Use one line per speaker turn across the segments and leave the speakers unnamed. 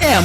M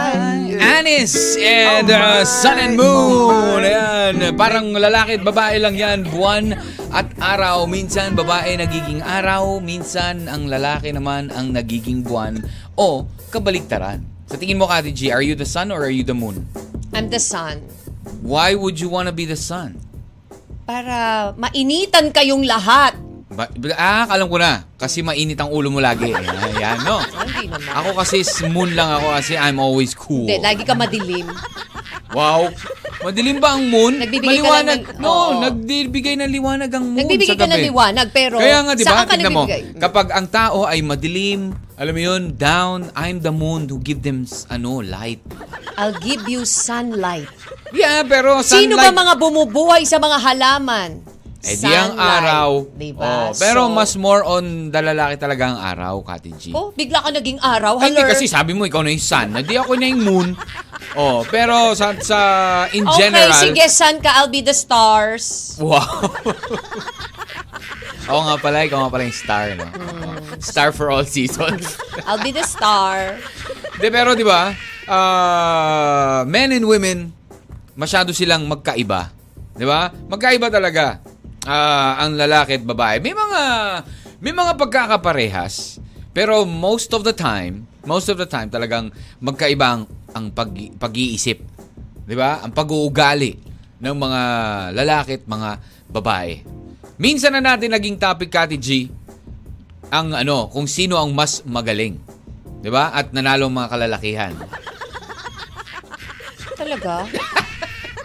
Anis and uh, Sun and Moon. Ayan, parang lalaki at babae lang yan. Buwan at araw. Minsan babae nagiging araw. Minsan ang lalaki naman ang nagiging buwan. O kabaliktaran. Sa tingin mo, Kati G, are you the sun or are you the moon?
I'm the sun.
Why would you wanna be the sun?
Para mainitan kayong lahat.
Ba- ba- ah, alam ko na. Kasi mainit ang ulo mo lagi. Ayan, no?
Ah, Hindi naman.
Ako kasi s- moon lang ako kasi I'm always cool.
Hindi, lagi ka madilim.
Wow! Madilim ba ang moon?
Nagbibigay ka
Maliwanag.
lang ng-
no,
oo.
nagbibigay ng liwanag ang moon sa
Nagbibigay ka
gabi.
ng liwanag, pero
Kaya nga, di ba?
saan ka
Tingnan mo,
nagbibigay?
kapag ang tao ay madilim, alam mo yun, down, I'm the moon who give them, s- ano, light.
I'll give you sunlight.
Yeah, pero sunlight.
Sino ba mga bumubuhay sa mga halaman?
Eh, di ang
Sunlight.
araw. Oo,
Diba?
pero
So,
mas more on dalalaki talaga ang araw, Kati G.
Oh, bigla ka naging araw.
Ay,
Hello.
Hindi kasi sabi mo ikaw na yung sun, hindi ako na yung moon. Oh, pero sa, sa in general,
Okay, sige, sun ka. I'll be the stars.
Wow. Ako nga pala, ikaw nga pala yung star, no? Star for all seasons.
I'll be the star.
De, pero di ba, ah, men and women, masyado silang magkaiba. Di ba? Magkaiba talaga ah, ang lalaki at babae. May mga, may mga pagkakaparehas, pero most of the time, most of the time talagang magkaiba ang, ang pag, pag-iisip. Di ba? Ang pag-uugali ng mga lalaki at mga babae. Minsan na natin naging topic, Kati G, ang ano, kung sino ang mas magaling. 'Di ba? At nanalo ang mga kalalakihan.
Talaga?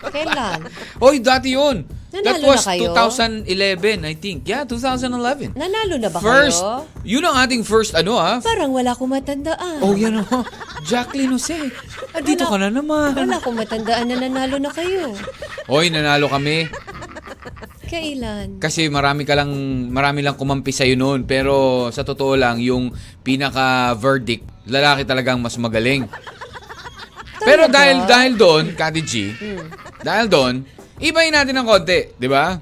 Kailan?
Hoy, dati 'yun. That
Nanalo
was
na kayo?
2011, I think. Yeah, 2011.
Nanalo na ba
First,
kayo?
yun ang ating first ano ah.
Parang wala akong matandaan.
Oh, yan oh. Jacqueline Jose. Ah, dito ka na
Wala
naman.
akong matandaan Ano na nanalo na kayo.
Hoy, nanalo kami.
Kailan?
Kasi marami ka lang, marami lang kumampi sa'yo noon. Pero sa totoo lang, yung pinaka-verdict, lalaki talagang mas magaling. Pero dahil, dahil doon, Kati G, dahil doon, ibahin natin ng konti, di ba?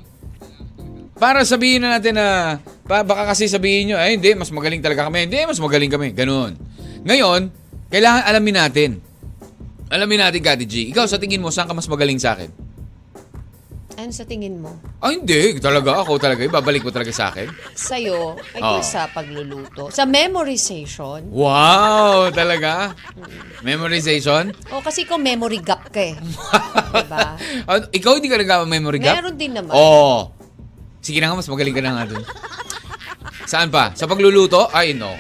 Para sabihin na natin na, pa, baka kasi sabihin nyo, eh hindi, mas magaling talaga kami. Hindi, mas magaling kami. Ganun. Ngayon, kailangan alamin natin. Alamin natin, Kati G. Ikaw, sa tingin mo, saan ka mas magaling sa akin?
Ano sa tingin mo?
Ah, hindi. Talaga, ako talaga. Ibabalik mo talaga sa akin.
Sa'yo, ay
Oo.
sa pagluluto. Sa memorization.
Wow, talaga? Memorization?
O kasi ko memory gap ka eh. diba?
Ano, Ikaw hindi ka nagkama-memory gap?
Meron din naman.
Oo. Sige na nga, mas magaling ka na nga dun. Saan pa? Sa pagluluto? Ay, no.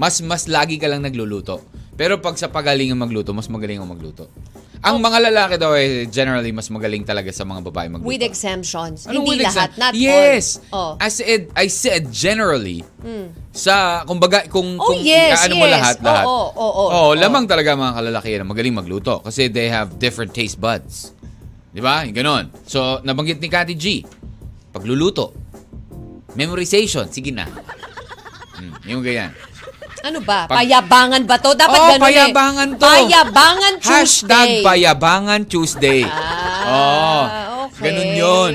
Mas, mas lagi ka lang nagluluto. Pero pag sa pagaling ang magluto, mas magaling ang magluto. Ang mga lalaki daw ay generally mas magaling talaga sa mga babae magluto.
With exemptions.
Anong Ano, with
Hindi lahat.
exam-
Not
yes.
all. Oh. Hmm.
I said, I said generally. Sa, kumbaga, kung,
Oh,
kung
yes,
ano mo
yes.
lahat, lahat.
Oo, oo, oo,
Oo,
oo.
lamang talaga mga kalalakihan na magaling magluto kasi they have different taste buds. Di ba? Yung Ganon. So, nabanggit ni Kati G, pagluluto, memorization, sige na. Hmm, yung ganyan.
Ano ba?
Pag-
payabangan ba to? Dapat
Oo,
ganun eh.
Oh, payabangan to.
Payabangan
Hashtag
Tuesday.
payabangan Tuesday.
Ah,
Oo.
okay.
Ganun yun.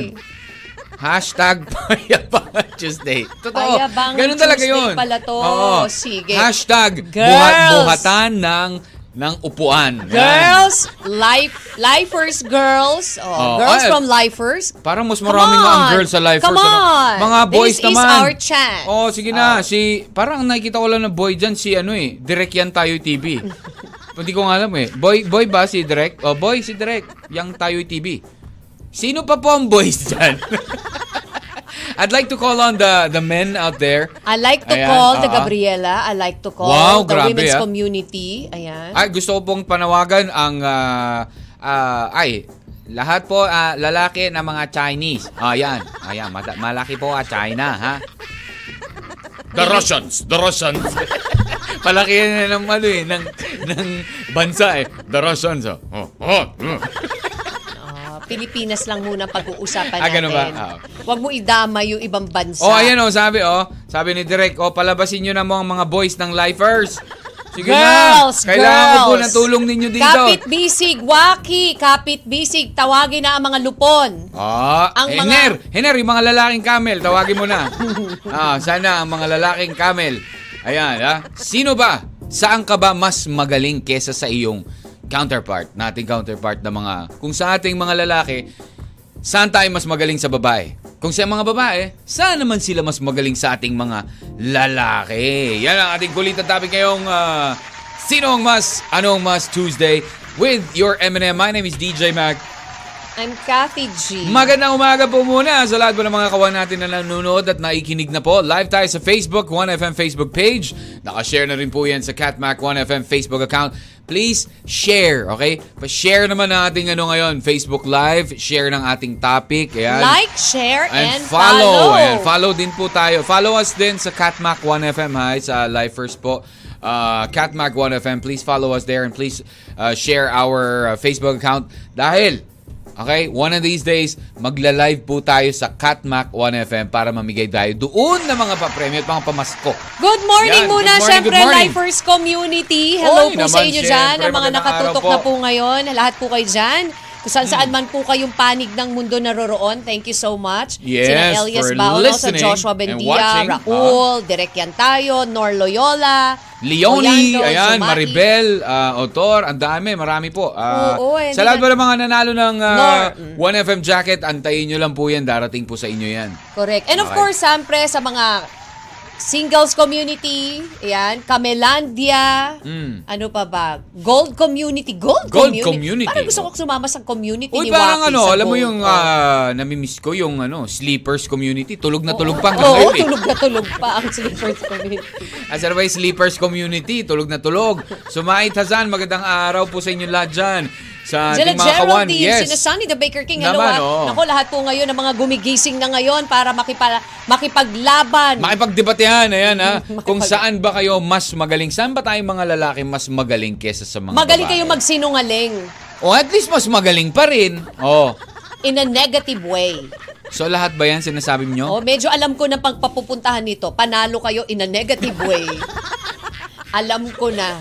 Hashtag Payabangan Tuesday. Totoo.
Payabangan
Ganun talaga
Tuesday
yun.
pala to.
Oo.
Sige.
Hashtag
Girls!
buhat-buhatan ng, ng upuan. Yan.
Girls, life, lifers, girls.
Oh,
Oh, girls
ay,
from lifers.
Parang mas
Come
marami nga ang
on.
girls sa life.
Come
verse ano.
on.
Mga boys
This is
naman.
our chance. Ah.
Oh, sige na. Si, parang ang nakikita ko lang na boy dyan, si ano eh, Direk Yan Tayo TV. Hindi ko nga alam eh. Boy, boy ba si Direk? Oh, boy si Direk. Yang Tayo TV. Sino pa po ang boys dyan? I'd like to call on the the men out there.
I like to
Ayan,
call the
oo.
Gabriela. I like to call
Wow,
the
grabe,
women's
ah.
community. Ayan.
Ay, gusto ko pong panawagan ang, ah, ah, ay, lahat po ah, lalaki na mga Chinese. Ah, Ayan, ayan, mata- malaki po ah, China, ha? The Russians, the Russians. Palakihan na ng ano eh, ng, ng bansa eh. The Russians. Oh. Oh, oh, oh.
Ah, Pilipinas lang muna pag-uusapan
Ah,
natin.
ganun ba? Ah.
Huwag mo idama yung ibang bansa.
Oh, ayan oh, sabi oh. Sabi ni Direk, oh, palabasin nyo na mo ang mga boys ng lifers. Sige na.
Girls,
Kailangan ko po
girls.
ng tulong ninyo dito.
Kapit bisig, waki, kapit bisig, tawagin na ang mga lupon.
Ah,
Ang mga-
Hener, Hener, yung mga lalaking camel, tawagin mo na. ah, sana ang mga lalaking camel. Ayan, ha? Sino ba? Saan ka ba mas magaling kesa sa iyong counterpart, nating counterpart na mga, kung sa ating mga lalaki, saan tayo mas magaling sa babae? Kung sa mga babae, saan naman sila mas magaling sa ating mga lalaki? Yan ang ating kulitan topic ngayong ah, Sino ang mas, anong mas Tuesday with your M&M. My name is DJ Mac.
I'm Kathy G.
Magandang umaga po muna sa lahat po ng mga kawan natin na nanonood at naikinig na po. Live tayo sa Facebook, 1FM Facebook page. Nakashare na rin po yan sa Catmac 1FM Facebook account. Please share, okay? Pa-share naman natin ano ngayon, Facebook Live, share ng ating topic. Ayan.
like, share, and,
follow. Ayan, follow din po tayo. Follow us din sa Catmac 1FM ha, sa Live First po. Uh, Catmac 1FM, please follow us there and please uh, share our uh, Facebook account dahil Okay, one of these days, magla-live po tayo sa Catmac 1FM para mamigay tayo doon ng mga papremyo at mga pamasko.
Good
Yan,
morning
good
muna,
morning,
syempre,
good morning.
Lifers Community.
Oy,
Hello po
naman,
sa inyo dyan,
syempre,
ang mga
magandang
nakatutok
araw po. Mm.
na po ngayon. Lahat po kayo dyan. Kung saan saan man po kayong panig ng mundo naroroon, thank you so much.
Yes,
Sina Elias
for
Baono, sa
listening
Joshua
and
Bendia,
watching. ah.
Raul, Direk Yan Tayo, Nor Loyola,
Leonie,
Oyando,
ayan,
Zumaki.
Maribel, ah, Otor, ang dami, marami po. Ah,
Oo, eh,
sa lahat po
hindi
ng mga nanalo ng ah,
Nor-
1FM jacket, antayin nyo lang po yan, darating po sa inyo yan.
Correct. And of
Okay.
course, siyempre, sa mga singles community, ayan, Camelandia,
Mm.
ano pa ba? Gold community. Gold,
Gold
community.
community.
Parang gusto ko sumama sa community
Uy,
ni
parang
Waki
ano,
sa
alam mo
gold.
yung ah, namimiss ko, yung ano, sleepers community, tulog na tulog pa
Oo,
hanggang
oo,
ngayon eh.
tulog na tulog pa ang singles community.
As always, sleepers community, tulog na tulog. Sumait Hazan, magandang araw po sa inyo lahat dyan. Sa
Sina
ating Ah, mga kawan.
Geraldine,
Yes.
sina Sunny the Baker King. Hello,
Naman,
ah.
oo.
Naku, lahat po ngayon ng mga gumigising na ngayon para makipala, makipaglaban.
Makipagdebatehan, ayan ha. Kung
Makipag-
saan ba kayo mas magaling? Saan ba tayong mga lalaki mas magaling kesa sa mga
Magaling
babae?
kayo magsinungaling
O at least mas magaling pa rin. Oh.
in a negative way.
So lahat ba yan sinasabi nyo?
Oh, medyo alam ko na pagpapupuntahan nito, panalo kayo in a negative way. alam ko na.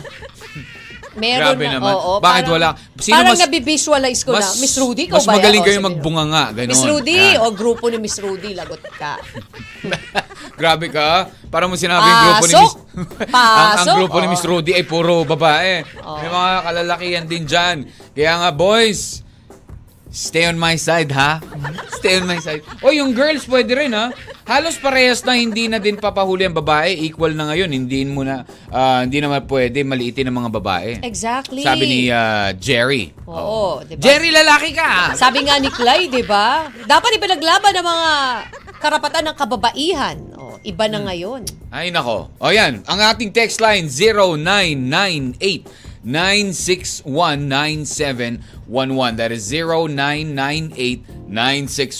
Meron
Grabe
na,
naman.
oo,
Bakit
parang-
wala? Sino
parang
mas-
nabivisualize ko na. Miss Rudy, ikaw
mas
ba? yan?
magaling
Oo,
kayo
sabi mo.
magbunganga. Ganun. Ah.
Miss Rudy,
Ayan.
o grupo ni Miss Rudy, lagot ka.
Grabe ka. ah. Para mo sinabi yung grupo ni
Pasok!
Miss... ang, ang
Pasok! Oh.
grupo ni Miss
Oo.
Rudy ay puro babae.
Oo.
May mga kalalakihan din dyan. Kaya nga, boys, stay on my side, ha? Stay on my side. O, yung girls, pwede rin, ha? Halos parehas na hindi na din papahuli ang babae. Equal na ngayon. Hindi mo na, ah, hindi naman pwede maliitin ang mga babae.
Exactly.
Sabi ni ah, Jerry.
Oo, diba?
Jerry, lalaki ka! ah.
Sabi nga ni Clay, di ba? Dapat ipinaglaban ang mga karapatan ng kababaihan. O, iba
Hmm.
na ngayon.
Ay nako. O yan, ang ating text line 0998 9619711 That is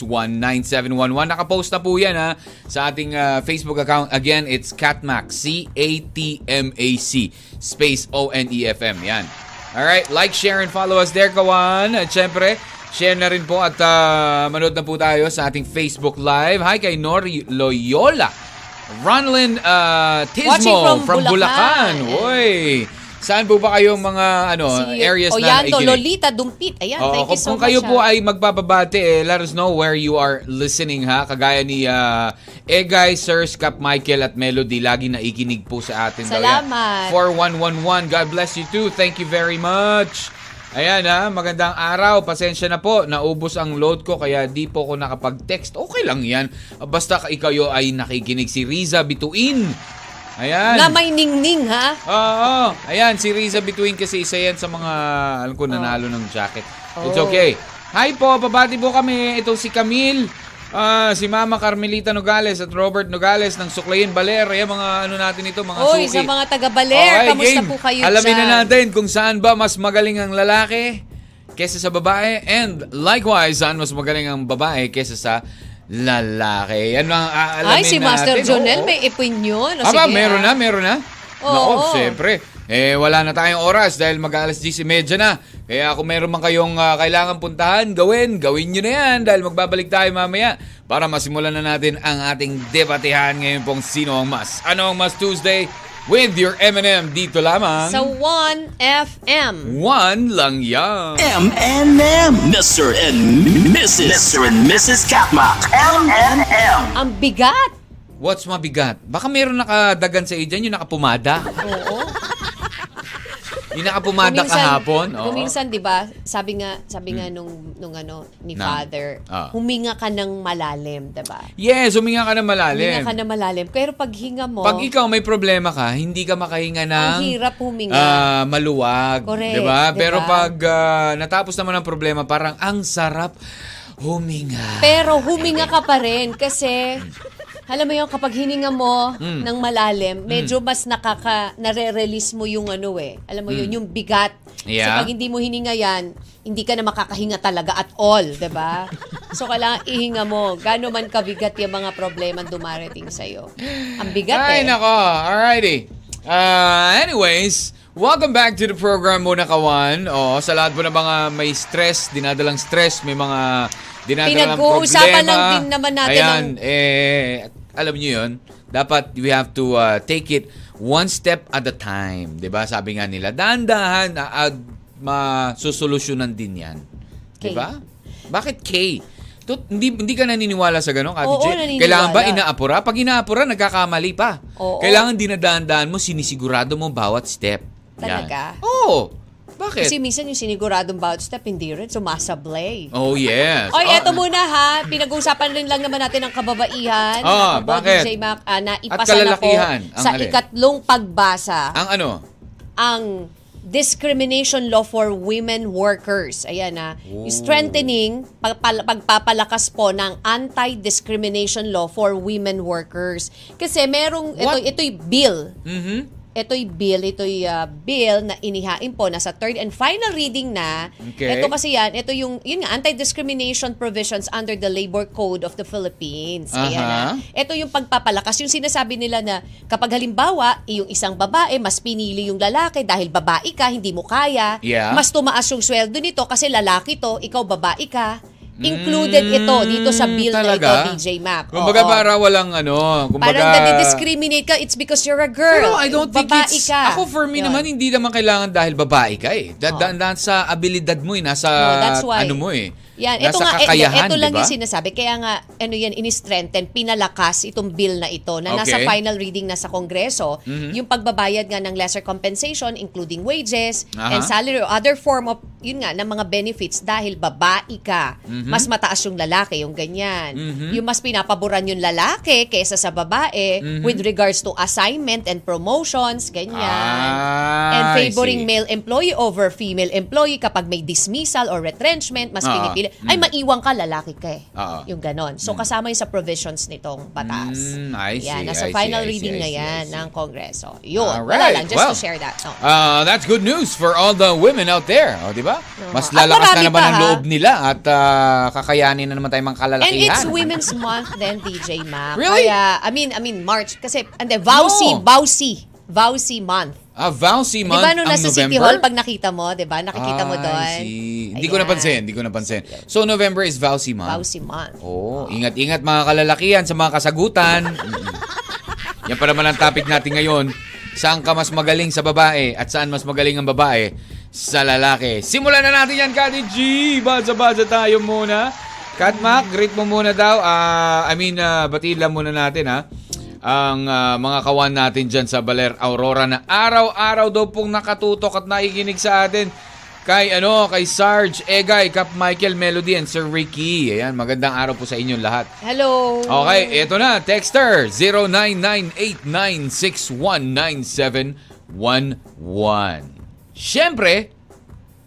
0998-961-9711. Nakapost na po yan ha sa ating ah, Facebook account. Again, it's Catmac. C-A-T-M-A-C. Space O-N-E-F-M. Yan. Alright, like, share, and follow us there, kawan. At syempre, share na rin po at ah, manood na po tayo sa ating Facebook Live. Hi kay Nori Loyola. Ronlyn uh,
Watching from
Tismo from,
Bulacan.
Bulacan. Uy! Saan po ba kayong mga ano
Si
areas na
Oyando,
nakikinig?
Lolita, Dumpit. Ayan,
Oo,
thank you
kung,
so
kung
much.
kayo po
ah.
ay magbababate, eh, let us know where you are listening ha. Kagaya ni ah, Egay, Sir Scott Michael at Melody, lagi naikinig po sa atin. daw yan.
Salamat.
4111, God bless you too. Thank you very much. Ayan ha, magandang araw. Pasensya na po, naubos ang load ko kaya di po ako nakapag-text. Okay lang yan. Basta ikayo ay nakikinig si Riza Bituin. Ayan.
Na may ningning, ha?
Oo, ayan, si Riza Between kasi isa yan sa mga, alam ko, nanalo
Oh.
ng jacket. It's
Oo.
okay. Hi po, babati po kami. Ito si Camille, ah, si Mama Carmelita Nogales at Robert Nogales ng Suklayin Baler. Ayan, mga ano natin ito, mga
Oy,
suki.
sa mga taga-Baler,
Okay,
kamusta
game.
po kayo
Alamin
dyan?
na natin kung saan ba mas magaling ang lalaki kesa sa babae and likewise saan mas magaling ang babae kesa sa lalaki. Yan ang aalamin
Ay, si Master
natin.
Jonel
Oo.
may ipon yun. O,
Aba,
sige,
meron
ah.
na, meron na.
Oo.
Nako, siyempre. Eh, wala na tayong oras dahil mag-alas 10.30 na. Kaya kung meron man kayong ah, kailangan puntahan, gawin, gawin nyo na yan dahil magbabalik tayo mamaya para masimulan na natin ang ating debatehan ngayon pong Sino ang Mas. Ano ang Mas Tuesday? With your M&M dito lamang.
Sa 1FM.
One lang yan.
M and M. Mr. and Mrs. Mr. and Mrs. Katmak.
M and
Hmm.
M.
Ang bigat.
What's mabigat? Baka meron nakadagan sa iyo dyan, yung nakapumada.
Oo.
Yung nakapumada kahapon. Oo. Hmm.
Kuminsan, di ba, sabi nga, sabi nga nung, nung ano, ni
Na-
father,
Ah.
huminga ka ng malalim, di ba?
Yes, huminga ka na malalim.
Huminga ka ng malalim. Pero pag hinga mo,
Pag ikaw may problema ka, hindi ka makahinga ng...
ang hirap huminga.
ah, maluwag.
Correct,
Diba?
diba?
Pero pag ah, natapos naman ang problema, parang ang sarap huminga.
Pero huminga ka pa rin kasi alam mo yun, kapag hininga mo
Hmm.
ng malalim, medyo mas nakaka, nare-release mo yung ano eh. Alam mo yun, yung bigat.
Hmm. Yeah.
So pag hindi mo hininga yan, hindi ka na makakahinga talaga at all, 'di ba? so kailangan ihinga mo. Gano man kabigat yung mga problema dumarating sa'yo. Ang bigat
Ay,
eh.
nako. Alrighty. Uh, anyways, welcome back to the program muna kawan. Oh, sa lahat po ng mga may stress, dinadalang stress, may mga dinadalang
Pinag-uusapan
problema.
lang din naman natin
Ayan,
ang-
eh, alam niyo yun. Dapat we have to uh, take it one step at a time. 'Di ba Sabi nga nila, dahan-dahan ah, at masusolusyonan din yan. 'Di
K.
ba Bakit K? Tut, hindi, hindi ka naniniwala sa ganun, Ate
Oo,
J?
naniniwala.
Kailangan ba inaapura? Pag inaapura, nagkakamali pa.
Oo.
Kailangan dinadaan-daan mo, sinisigurado mo bawat step. Yan.
Talaga?
Oo. Bakit?
Kasi minsan yung siniguradong bawat step, hindi rin sumasablay.
Oh, yes. Oh,
Oy, eto muna ha. Pinag-uusapan rin lang naman natin ang kababaihan.
Ah,
Ako po,
bakit?
DJ Mac, ah, na
At
ipasa na ko
kalalakihan. Ang
sa
alin?
ikatlong pagbasa ang,
Ang ano?
discrimination law for women workers. Ayan ha. Yung strengthening, pagpal- pagpapalakas po ng anti-discrimination law for women workers. Kasi merong, ito,
What?
ito'y bill
Mhm.
ito'y bill, ito'y uh, bill na inihain po, nasa third and final reading na.
Okay.
Ito kasi yan, ito yung, yun nga, anti-discrimination provisions under the Labor Code of the Philippines. Ayan ah.
Aha.
na. Ito yung pagpapalakas, yung sinasabi nila na kapag halimbawa, yung isang babae, mas pinili yung lalaki dahil babae ka, hindi mo kaya.
Yeah.
Mas tumaas yung sweldo nito kasi lalaki to, ikaw babae ka. Included ito dito sa bill
Hmm. Talaga?
na ito, DJ Mac.
Kumbaga
Oo.
para walang ano. Kumbaga,
Parang nadidiscriminate ka, it's because you're a girl.
Pero I don't think
Babae
it's...
ka.
Ako for me
Yun.
naman, hindi naman kailangan dahil babae ka eh. Da, da, nasa abilidad mo eh. Nasa
No, that's why.
ano mo eh.
Yan,
nasa
ito nga, eh,
kakayahan,
ito lang
diba?
yung sinasabi. Kaya nga, ano yan, ini-strengthen, pinalakas itong bill na ito na nasa
Okay. Mm-hmm.
final reading na sa Kongreso. Yung pagbabayad nga ng lesser compensation, including wages
Aha.
and salary or other form of, yun nga, ng mga benefits dahil babae ka.
Mm-hmm.
Mas mataas yung lalaki, yung ganyan. Yung mas pinapaboran yung lalaki kaysa sa babae
Mm-hmm.
with regards to assignment and promotions, ganyan.
Ah,
and
I
favoring
see.
male employee over female employee kapag may dismissal or retrenchment, mas
Ah,
pinipili. Ay, maiwan ka, lalaki ka eh.
Ah.
Yung ganon. So, kasama yun sa provisions nitong batas.
Mm, I see,
Yan,
I
nasa
see, I
final
see,
reading
I
na
see, I
yan
see.
ng Kongreso. Yun, wala
Alright,
lang. Just
well.
to share that. Oh.
Ah, that's good news for all the women out there. O, di ba? Mas
At
lalakas na
marami
naman
pa,
ang
ha?
loob nila at ah, kakayanin na naman tayong mga kalalakihan.
And it's Women's Month then, DJ Mac.
Really?
Kaya, I mean, I mean, March. Kasi, and then, Vowsy,
No.
Vowsy, Vowsy Month.
Ah, Vowsy
Di
month
ba nung
ang
nasa
November?
City Hall, pag nakita mo, di ba? Nakikita mo
Ah, I
doon.
see. Hindi ko
Ayan.
napansin, hindi ko napansin. So, November is Vowsy month.
Vowsy Month.
Oh, ingat-ingat mga kalalakihan sa mga kasagutan. Mm. Yan pa naman ang topic natin ngayon. Saan ka mas magaling sa babae at saan mas magaling ang babae sa lalaki? Simulan na natin yan, Kati G! Baza-baza tayo muna. Kat Mac, greet mo muna daw. Ah, I mean, ah, batid lang muna natin ha. Ang ah, mga kawan natin dyan sa Baler Aurora na araw-araw daw pong nakatutok at naikinig sa atin kay ano, kay Sarge, Egay, Kap Michael, Melody, and Sir Ricky. Ayan, magandang araw po sa inyo lahat.
Hello.
Okay, ito na, texter 099896197111. Siyempre,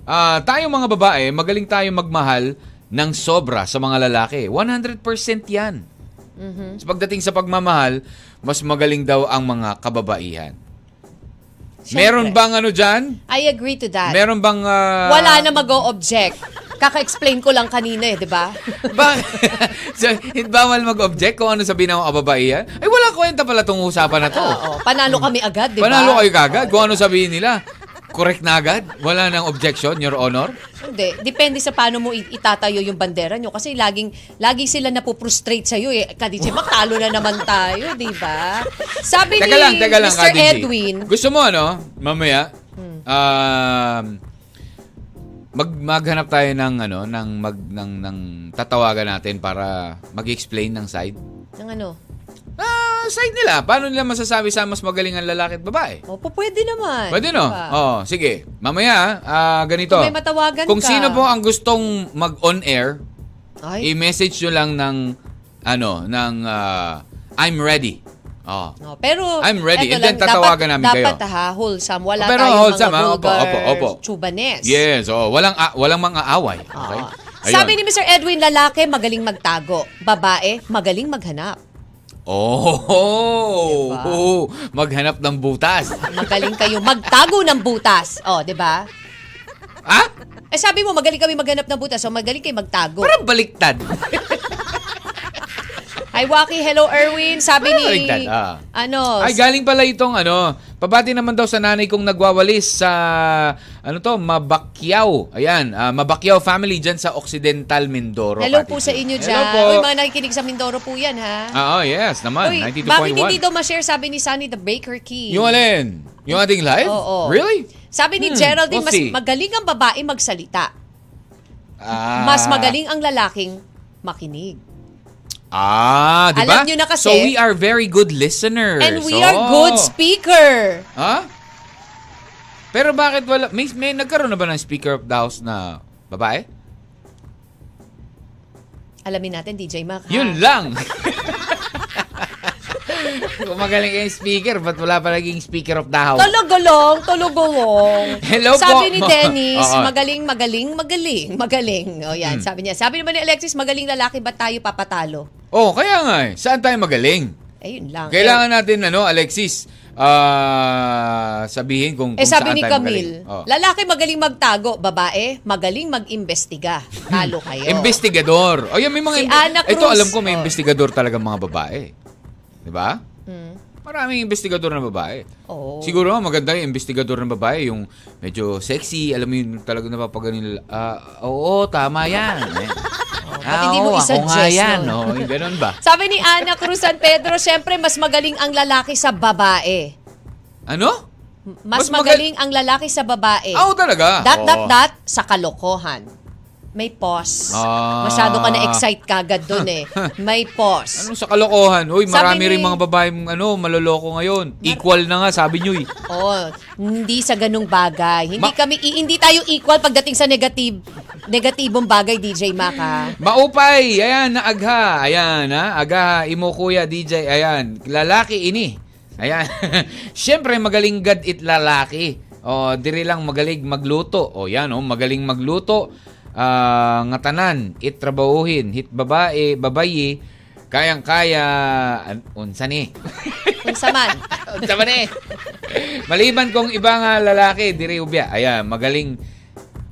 ah, tayong mga babae, magaling tayong magmahal ng sobra sa mga lalaki. 100% yan.
Mm-hmm.
Sa pagdating sa pagmamahal, mas magaling daw ang mga kababaihan.
Siyempre.
Meron bang ano dyan?
I agree to that.
Meron bang... ah,
Wala na mag-o-object. Kaka-explain ko lang kanina eh, di ba?
Bakit? so, hindi bawal mag-object kung ano sabihin ng mga kababaihan? Ay, walang kwenta pala itong usapan na to.
Oo, panalo kami agad, di ba?
Panalo kayo kagad kung ano sabihin nila. Correct na agad? Wala nang objection, Your Honor?
Hindi, depende sa paano mo i- itatayo yung bandera nyo kasi laging lagi sila napuprostrate sa iyo eh. Kadiche, matalo na naman tayo, 'di ba? Sabi
Teka
ni
lang, teka lang, Kati
Mr.
G.
Edwin, Hmm.
Gusto mo ano, mamaya, um, mag maghanap tayo ng ano, ng mag ng, ng tatawagan natin para mag-explain ng side.
ng ano?
Ah, side nila. Paano nila masasabi sa mas magaling ang lalaki at babae?
O, po, pwede naman.
Pwede no?
Diba?
Oh, sige. Mamaya, ah, ganito.
Kung may matawagan
Kung
ka.
sino po ang gustong mag-on-air,
Ay,
i-message nyo lang ng, ano, ng ah, I'm ready. Oh.
no, pero
I'm ready. And
eto
then tatawagan namin
dapat,
kayo.
Dapat ha, wholesome. Wala
Pero
tayong
wholesome,
mga
ha? Opo,
vulgar
opo, opo.
chubanes.
Yes, oh, walang a- walang mga away. Okay?
Oo.
Ayun.
Ah. Sabi ni Mr. Edwin, lalaki magaling magtago. Babae, magaling maghanap.
Oh,
Diba?
oo, maghanap ng butas.
Magaling kayo magtago ng butas. O, di ba?
ha?
Eh sabi mo, magaling kami maghanap ng butas. So magaling kayo magtago.
Parang baliktad.
Hi, Waki. Hello, Erwin. Sabi
Parang
ni...
baliktad, ah.
Ano?
Ay, galing pala itong ano. Pabati naman daw sa nanay kong nagwawalis sa, ano to, Mabakyaw. Ayan, ah, Mabakyaw family dyan sa Occidental Mindoro.
hello
Pati
po
ito.
sa inyo dyan.
Hello po.
Uy, mga nakikinig sa Mindoro po yan, ha?
Ah, oh, yes naman,
Uy,
92.1.
bakit hindi daw ma-share sabi ni Sunny the Baker King?
Yung alin? Yung ating live?
Oo.
Really?
Sabi ni
Hmm,
Geraldine,
we'll
mas
see.
magaling ang babae magsalita.
Ah.
Mas magaling ang lalaking makinig.
Ah, di ba?
Alam nyo na kasi-
So we are very good listeners.
And we
Oh.
are good speaker.
Ha? Pero bakit wala? May, may nagkaroon na ba ng Speaker of the House na babae?
Alamin natin, DJ Mac. ha?
Yun lang! Kung magaling kayong speaker, ba't wala pa naging Speaker of the House?
Tulogolong, tulogolong.
Hello po.
sabi ni Dennis,
Oo. Hmm.
magaling, magaling, magaling, magaling. O yan, sabi niya. Sabi naman ni Alexis, magaling lalaki, ba't tayo papatalo?
oh, kaya nga eh. Saan tayo magaling?
Ayun lang.
Kailangan natin, ano, Alexis, ah, sabihin kung,
eh, eh,
kung
sabi
saan
ni
tayo
Camille,
magaling. Oh.
lalaki magaling magtago, babae magaling mag-imbestiga. Talo kayo.
Investigador. O yan, may mga...
Si Ana
Ito,
Cruz.
alam ko, may
Oh.
investigador talaga mga babae. Di ba? Maraming investigador na babae.
Hmm. Oo.
Siguro maganda yung investigador ng babae, yung medyo sexy, alam mo yun, talaga napapaganin nila. Ah, oo, tama yan. Eh.
ba't hindi mo
oo, ako
isuggest
nga yan.
nun?
Oh, yung ganun ba?
Sabi ni Ana Cruz San Pedro, syempre mas magaling ang lalaki sa babae.
Ano?
Mas,
Mas magal-
magaling ang lalaki sa babae.
Ah, Oo talaga.
Dot,
Oo.
dot, dot, sa kalokohan. May pause.
Ah.
Masyado ka na-excite kagad dun eh. May pause.
Anong Ano sa kalokohan? Uy,
Sabi
marami
ni-
rin mga babaeng ano, maloloko ngayon. Equal na nga, sabi nyo eh.
Oh, hindi sa ganung bagay. Hindi
Ma-
kami i- hindi tayo equal pagdating sa negative negatibong bagay DJ Maka.
Maupay, ayan, naagha, ayan, ha, agaha, imo kuya, DJ, ayan, lalaki ini, ayan. Siyempre, magaling gad it lalaki. O, diri lang magaling magluto. O, yan, o, magaling magluto. Ah, nga tanan, itrabahuhin, hit babae, babayi, kayang-kaya, an- unsa ni?
Kung saman.
unsa man eh? Maliban kung iba nga lalaki, diri ubya, ayan, magaling,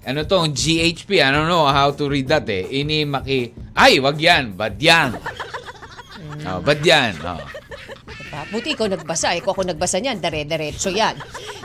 ano to, GHP, I don't know how to read that eh. Ini maki, ay, wag yan, badyan.
Mm.
Oh, badyan. Oh.
Diba? Buti ikaw nagbasa. Eh. Kung ako nagbasa niyan, dare-diretso yan.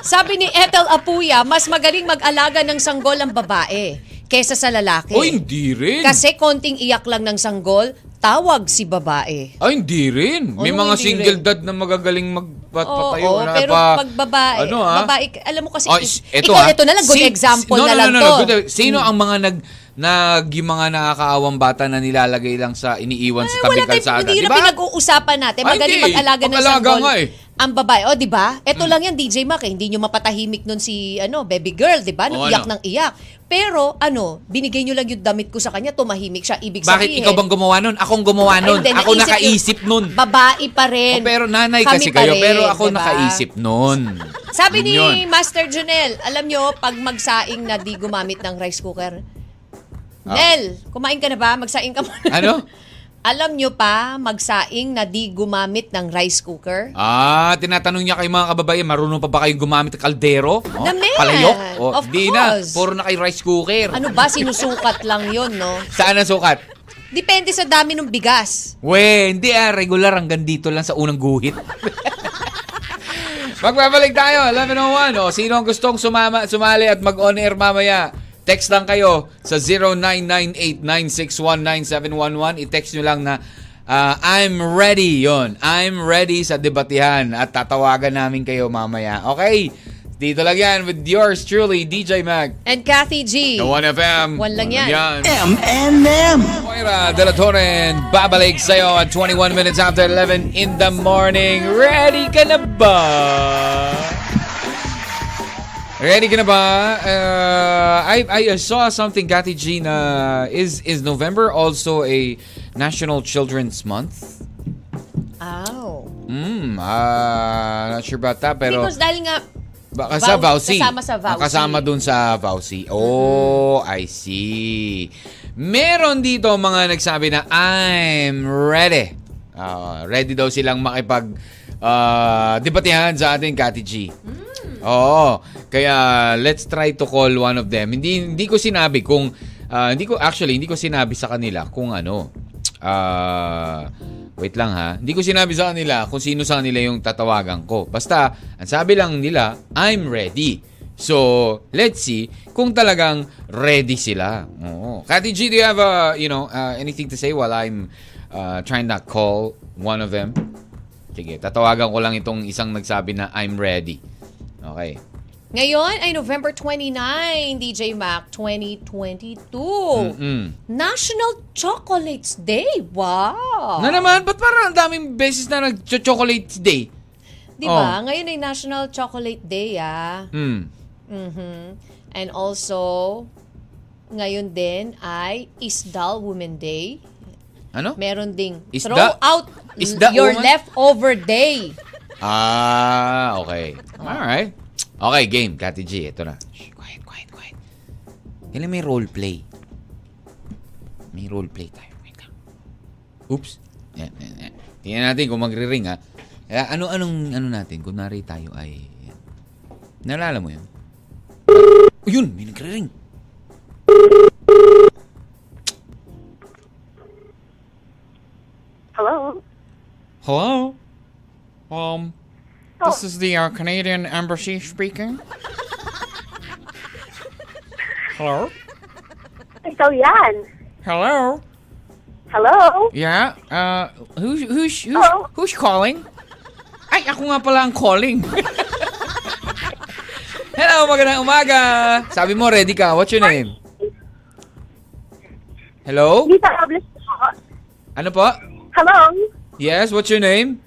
Sabi ni Ethel Apuya, mas magaling mag-alaga ng sanggol ang babae kesa sa lalaki.
Oy, hindi rin.
Kasi konting iyak lang ng sanggol, tawag si babae.
Ay, hindi rin. May
Ano,
mga
hindi
single
rin?
dad na magagaling magpatayo.
Oo,
na
pero
pa-
pag babae,
ano, ah?
babae, alam mo kasi,
Oh, s-
ikaw,
ah.
ito na lang, good
Si-
example
no,
na
no,
lang
no,
to. Eh, Mm.
no, good e- Sino ang mga nag nag yung mga nakakaawang bata na nilalagay lang sa iniiwan sa
Ay,
tabi
wala tayo,
kalsada,
hindi
di
na
ba?
pinag-uusapan natin.
Ay,
Magaling
hindi.
mag-alaga ng
Mag-alaga
sanggol.
nga eh. Hmm.
Ang babae, o, di ba? Ito lang yan, DJ Mac, eh. hindi nyo mapatahimik nun si, ano, baby girl, di ba?
Oo,
Nung iyak
ano?
ng iyak. Pero, ano, binigay nyo lang yung damit ko sa kanya, tumahimik siya.
Bakit
Ibig sabihin,
ikaw bang gumawa nun? Akong gumawa
Ay,
nun.
hindi,
Ako
naisip
nakaisip nun.
yung- Babae pa rin.
Oh, pero nanay
Kami
kasi
pa
kayo.
rin,
pero ako
di ba?
nakaisip nun. Yun
Sabi ni
yun.
Master Junel, alam nyo, pag magsaing na di gumamit ng rice cooker,
Ah.
Nel, kumain ka na ba? Magsaing ka muna.
Ano?
Alam nyo pa, magsaing na di gumamit ng rice cooker?
Ah, tinatanong niya kay mga kababayan, marunong pa ba kayong gumamit ng kaldero? Oh,
Naman!
Palayok? Oh,
Of
di
course.
na, puro na kay rice cooker.
Ano ba, sinusukat lang yon no?
Saan ang sukat?
Depende sa dami ng bigas.
We, hindi ah, regular hanggang dito lang sa unang guhit. Magbabalik tayo, 1101. O, sino ang gustong sumama, sumali at mag-on-air mamaya? Text lang kayo sa 0998-961-9711. I-text nyo lang na ah, I'm ready yon. I'm ready sa debatihan at tatawagan namin kayo mamaya. Okay? Dito lang yan with yours truly, DJ Mag.
And Kathy G.
The 1FM.
One lang yan.
M&M.
Moira de la Torre and babalik sa'yo at 21 minutes after 11 in the morning. Ready ka na ba? Ready ka na ba? Uh, I, I saw something, Kathy G, na is, is November also a National Children's Month?
Ow.
Hmm, ah, not sure about that, pero...
Because dahil nga,
Baka sa
Vow-
Vowsi.
kasama sa Mm-hmm. Vowsi.
Ah, Kasama dun sa Vowsi. Oh, I see. Meron dito mga nagsabi na I'm ready. Ah, ready daw silang makipag ah, debatehan sa atin, Kati G. Oo. Kaya let's try to call one of them. Hindi hindi ko sinabi kung ah, hindi ko actually hindi ko sinabi sa kanila kung ano. Ah, wait lang ha. Hindi ko sinabi sa kanila kung sino sa kanila yung tatawagan ko. Basta ang sabi lang nila, I'm ready. So, let's see kung talagang ready sila. Oo. Kati G, do you have ah, you know, ah, anything to say while I'm ah, trying to call one of them? Sige, tatawagan ko lang itong isang nagsabi na I'm ready. Okay.
ngayon ay November 29, DJ Mac 2022.
Mm.
National Chocolates Day. Wow.
Na naman, ba't parang ang daming beses na nag-chocolate day?
Di ba?
Oh.
Ngayon ay National Chocolate Day, ah.
Mm.
Mhm. And also, ngayon din ay Isdal Women Day.
Ano?
Meron ding
Isda?
throw out
Isda
your
woman?
leftover day.
Ah, okay. Alright. Okay, game. Kati G, ito na. Shh, quiet, quiet, quiet. Kailan may role play? May role play tayo. Wait lang. Oops. Yan, yan, yan. Tingnan natin kung magre-ring ha. Kaya ano anong ano natin? Kunwari tayo ay Nalala mo yun? Oh, yun, may nagre-ring.
Hello.
Hello? Um, this is the uh, Canadian Embassy speaking. Hello?
Ikaw yan.
Hello?
Hello.
Yeah, uh, who's, who's, who's,
Hello?
who's calling? Ay, ako nga pala ang calling. Hello, magandang umaga. Sabi mo, ready ka. What's your name? Hello?
Dita Robles po.
Ano po?
Hello.
Yes, what's your name?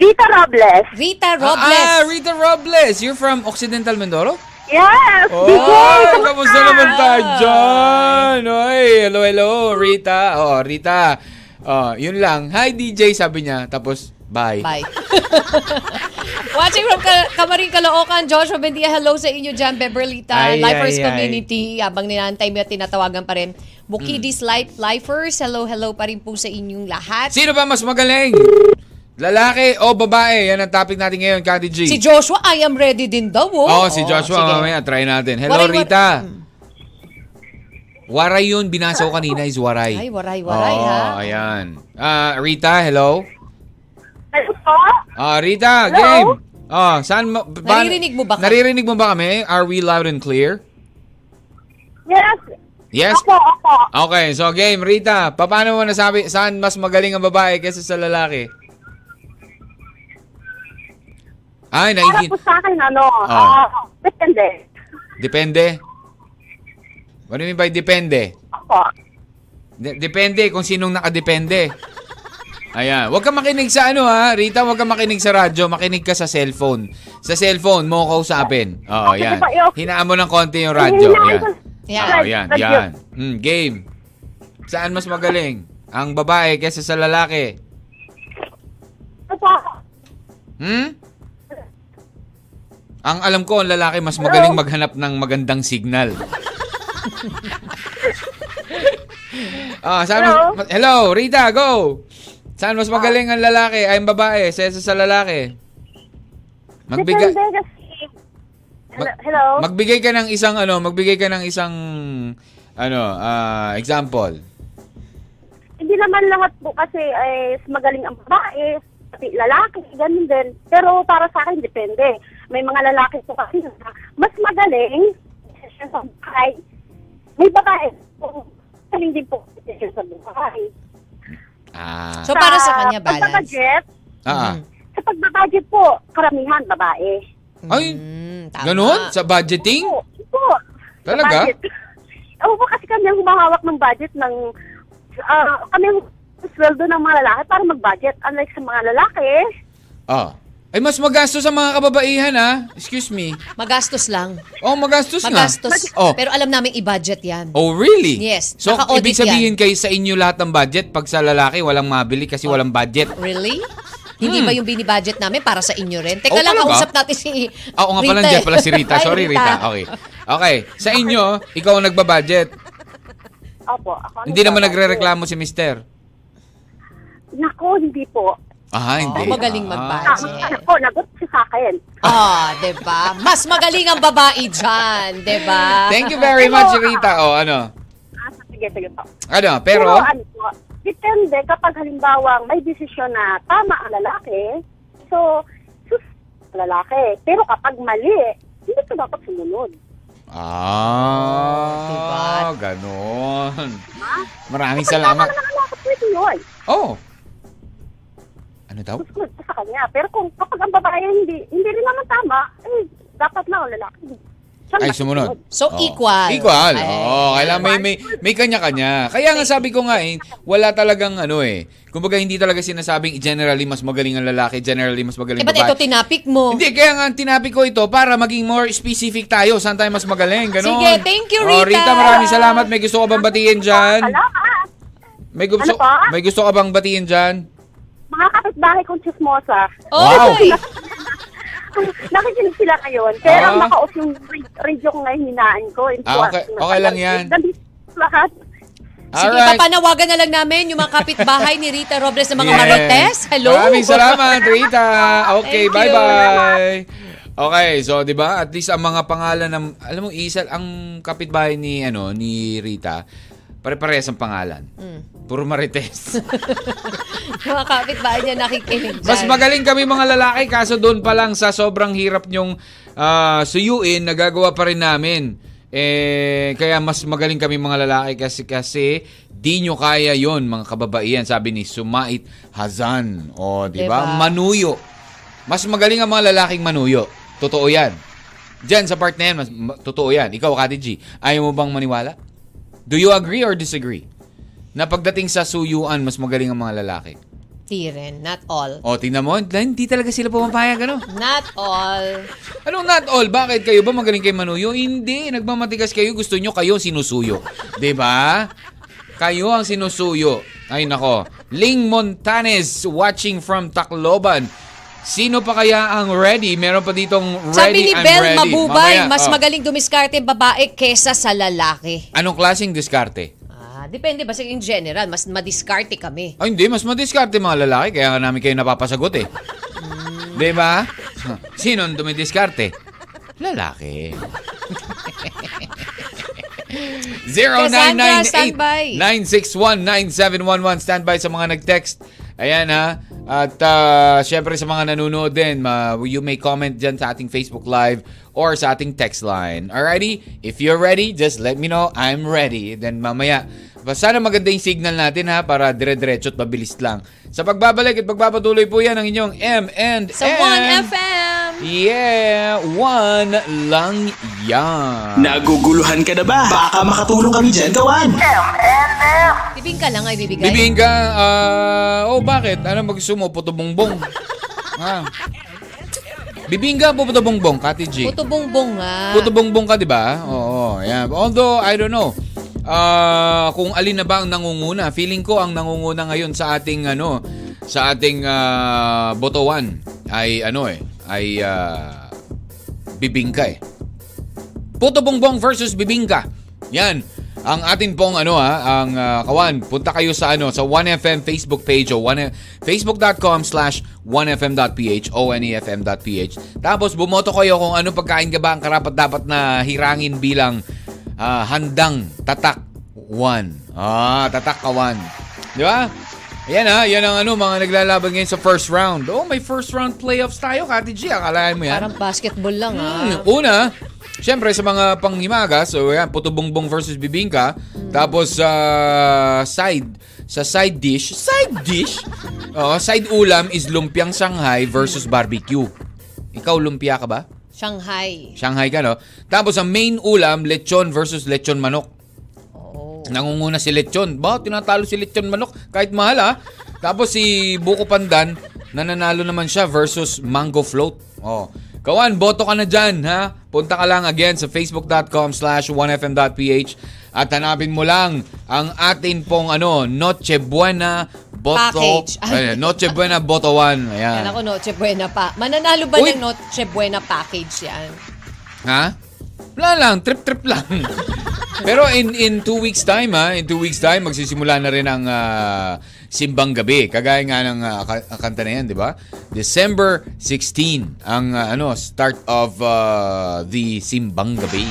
Dita Robles.
Rita
Ah,
Robles.
Ah, Rita Robles. You're from Occidental Mindoro?
Yes.
Oh,
DJ, kamusta?
kamusta naman tayo dyan? Oy, hello, hello, Rita. Oh, Rita. Oh, yun lang. Hi, DJ, sabi niya. Tapos, bye.
Bye. Watching from Ka- Kamarin, Caloocan, Joshua Bendia, hello sa inyo dyan, Beverlita,
Ay, ay, ay.
Lifers Community. Abang ninantay mo at tinatawagan pa rin. Bukidis Life Lifers, hello, hello pa rin po sa inyong lahat.
Sino ba mas magaling? Lalaki o babae? Yan ang topic natin ngayon, Kati G.
Si Joshua, I am ready din daw.
oh, si Joshua.
sige.
Mamaya, try natin. Hello,
Waray, Hmm. war-
Rita. Waray yun. Binasa ko kanina is waray.
Ay, waray, waray,
oh,
ha?
ayan. Ah, Rita, hello?
Hello po?
Ah, Rita, game.
Hello?
Ah, saan mo? ba-
Naririnig mo ba kami?
Naririnig mo ba kami? Are we loud and clear?
Yes.
Yes.
Opo, opo.
Okay, so game, Rita. pa- Paano mo nasabi saan mas magaling ang babae kaysa sa lalaki? Ay,
Para
naigin.
po sa akin, ano,
Ah.
ah, depende.
Depende. What do you mean by depende?
Opo.
De- depende kung sinong nakadepende. Ayan. Huwag ka makinig sa ano ha, Rita. Huwag ka makinig sa radyo. Makinig ka sa cellphone. Sa cellphone, mo ko kausapin. Oo,
Sige
yan.
pa, i-off.
Hinaan mo ng konti yung radyo.
Hinaan
Yan.
ko.
Yan.
Oo, yan.
Radyo.
Yan. Mm, game. Saan mas magaling? Ang babae kesa sa lalaki.
Opo.
Hmm? Ang alam ko, ang lalaki mas magaling maghanap ng magandang signal. Ah, saan mas-
Hello? Ah.
mas- hello, Rita, go! Saan mas magaling ang lalaki ay ang babae? Sesa sa lalaki. Magbigay
Depende oh. kasi.
Mag-
Hello?
magbigay ka ng isang ano, magbigay ka ng isang ano, ah, example.
hindi naman lahat po kasi eh, magaling ang babae, pati lalaki, ganun din. Pero para sa akin, depende. May mga lalaki po kasi na mas magaling siya sa buhay. May babae po, magaling din po siya sa buhay.
Ah.
So, mm, para sa kanya, balance.
Pagbabajet,
ah. ah.
sa pagbabudget po, karamihan babae.
Ay,
Mm, tama.
ganun? Sa budgeting?
Po, po. Sa
Talaga?
budget. Oo po, kasi kami ang humahawak ng budget ng... ah, kami ang sweldo ng mga lalaki para mag-budget. Unlike sa mga lalaki,
Ah. Ay, mas magastos sa mga kababaihan, ha? Excuse me.
Magastos lang.
Oh, magastos,
Magastos.
nga. Oh.
Pero alam namin i-budget yan.
oh, really?
Yes,
So,
naka-audit
ibig sabihin kayo sa inyo lahat ng budget, pag sa lalaki, walang mabili kasi
Oh.
walang budget.
Really? Hindi ba yung binibudget namin para sa inyo rin? Teka
Hmm. Oh,
lang,
talaga?
kausap natin si
Ah, Oo nga pala,
Rita
nandiyan
eh.
pala si Rita.
Hi,
Sorry, Rita. Okay. Okay. Sa inyo, ikaw ang nagbabudget.
Opo. Ako
Hindi naman nagre-reklamo si mister.
Nako, hindi po.
Ah, hindi.
Oo, Oh, magaling
Ah.
mag-budget.
Tama ka na po, nagot siya sa akin.
Ah, 'di ba? Mas magaling ang babae diba? diyan, 'di ba?
Thank you very much, Rita. Oh, ano?
Ah, sige, sige po.
Ano, pero...
ano po, depende kapag halimbawa may desisyon na tama ang lalaki, so, sus, ang lalaki. Pero kapag mali, hindi ko dapat sumunod.
Ah,
Diba?
ganon. Maraming
Kapag
salamat.
tama naman ang lalaki, pwede yun.
Oh. Ano daw?
Susunod ka sa kanya. Pero kung kapag ang babae hindi, hindi rin naman tama, eh, dapat na ang lalaki. Siya
Ay,
na
sumunod.
So,
Oo.
equal.
Equal.
Ay.
Oo, kailangan may, may, may kanya-kanya. Kaya nga sabi ko nga eh, wala talagang ano eh. Kumbaga hindi talaga sinasabing generally mas magaling ang lalaki, generally mas magaling
Eh,
ang
ba't ito
babae.
tinapik mo?
Hindi, kaya nga ang tinapi ko ito para maging more specific tayo. Saan tayo mas magaling? Ganon.
Sige, thank you,
Oh,
Rita.
Rita, maraming salamat. May gusto ka bang batiin dyan?
Salamat.
May gusto,
Ano pa?
may gusto ka bang batiin dyan?
Mga kapitbahay kong chismosa.
Wow.
Oy!
Nakikinig sila ngayon. Pero
Ah.
naka-off yung ra- radio ko ngayon, hinaan ko. In
Ah, okay.
fact,
Okay lang yan.
nandito Lahat.
Sige,
Alright.
papanawagan na lang namin yung mga kapitbahay ni Rita Robles ng mga
Yes.
Marites. Hello?
Maraming salamat, Rita. Okay,
Thank
bye-bye. Okay, so 'di ba? At least ang mga pangalan ng alam mo isa ang kapitbahay ni ano ni Rita, pare-parehas ang pangalan.
Mm.
Puro Marites.
Yung mga kapitbahay niya nakikinig dyan.
Mas magaling kami mga lalaki kaso doon pa lang sa sobrang hirap nyong ah, suyuin, nagagawa pa rin namin. Eh, kaya mas magaling kami mga lalaki kasi kasi di nyo kaya yon mga kababaihan sabi ni Sumait Hazan o di ba
Diba?
manuyo mas magaling ang mga lalaking manuyo totoo yan Diyan sa part na yan mas ma- totoo yan ikaw Kati G ayaw mo bang maniwala do you agree or disagree na pagdating sa suyuan mas magaling ang mga lalaki
Tiren, not all.
o, tingnan mo. Hindi talaga sila pumapayag, ano?
Not all.
Anong not all? Bakit kayo ba magaling kay Manuyo? Hindi. Nagmamatigas kayo. Gusto nyo kayo ang sinusuyo. 'Di ba? Kayo ang sinusuyo. Ay, nako. Ling Montanes watching from Tacloban. Sino pa kaya ang ready? Meron pa ditong ready,
Sabi ni
I'm
Bel
ready.
Mabubay,
Mamaya, oh.
mas magaling dumiskarte ang babae kesa sa lalaki.
Anong klaseng diskarte?
Ah, depende ba sa in general, mas madiskarte kami.
Ay, hindi. Mas madiskarte mga lalaki. Kaya nga namin kayo napapasagot eh. 'Di ba? Sino ang dumidiskarte? Lalaki.
Cassandra,
0998
standby.
961-9711. Standby sa mga nag-text. Ayan ha. At uh, syempre sa mga nanonood din, ma- you may comment dyan sa ating Facebook Live or sa ating text line. Alrighty? If you're ready, just let me know. I'm ready. Then mamaya, Basta sana maganda yung signal natin ha para dire-diretso at mabilis lang. Sa pagbabalik at pagbapatuloy po yan ang inyong M&M.
Sa 1FM!
Yeah, one lang yan.
Naguguluhan ka na ba? Baka makatulong kami dyan gawan.
Tibing ka lang ay bibigay.
Bibingin ka, ah, oh bakit? Ano magsumo mo? Puto bongbong. ah. Bibingin ka, puto bongbong, Kati G.
Puto bongbong nga.
Puto bongbong ka, di ba? Oo, yeah. Although, I don't know. Ah, kung alin na ba ang nangunguna. Feeling ko ang nangunguna ngayon sa ating ano, sa ating ah, botowan ay ano eh, ay ah, bibingka eh. Puto bongbong versus bibingka. Yan. Ang atin pong ano ha, ang ah, kawan, punta kayo sa ano sa 1FM Facebook page o 1 facebook.com slash 1fm.ph o E nefm.ph. Tapos bumoto kayo kung ano pagkain ka ba ang karapat dapat na hirangin bilang ah, handang tatak 1. Ah, tatak kawan. Di ba? Ayan ha, yan ang ano, mga naglalaban ngayon sa first round. Oh, may first round playoffs tayo, Kati G. Akalain mo yan?
Parang basketball lang
Hmm,
ah.
Una, syempre sa mga panghimaga, so yan, puto bongbong versus bibingka. Tapos sa side, sa side dish, side dish? Oo, side ulam is lumpiang Shanghai versus barbecue. Ikaw lumpia ka ba?
Shanghai.
Shanghai ka, no? Tapos ang main ulam, lechon versus lechon manok.
Oo.
Nangunguna si Lechon. Ba, tinatalo si Lechon Manok kahit mahal ha. Tapos si Buko Pandan, nananalo naman siya versus Mango Float. Oh. Kawan, boto ka na dyan, ha? Punta ka lang again sa facebook.com slash 1fm.ph at hanapin mo lang ang atin pong ano, Noche Buena Boto.
Package.
Ayan, Noche Buena Boto 1. Ayan.
Yan ako, Noche Buena pa. Mananalo ba
Ah. Uy!
ng Noche Buena package yan?
Ha? Wala lang, trip-trip lang. Pero in in two weeks time ha, in two weeks time magsisimula na rin ang ah, simbang gabi. Kagaya nga ng ah, ka- ah, kanta na yan, 'di ba? December 16 ang ah, ano start of ah, the simbang gabi.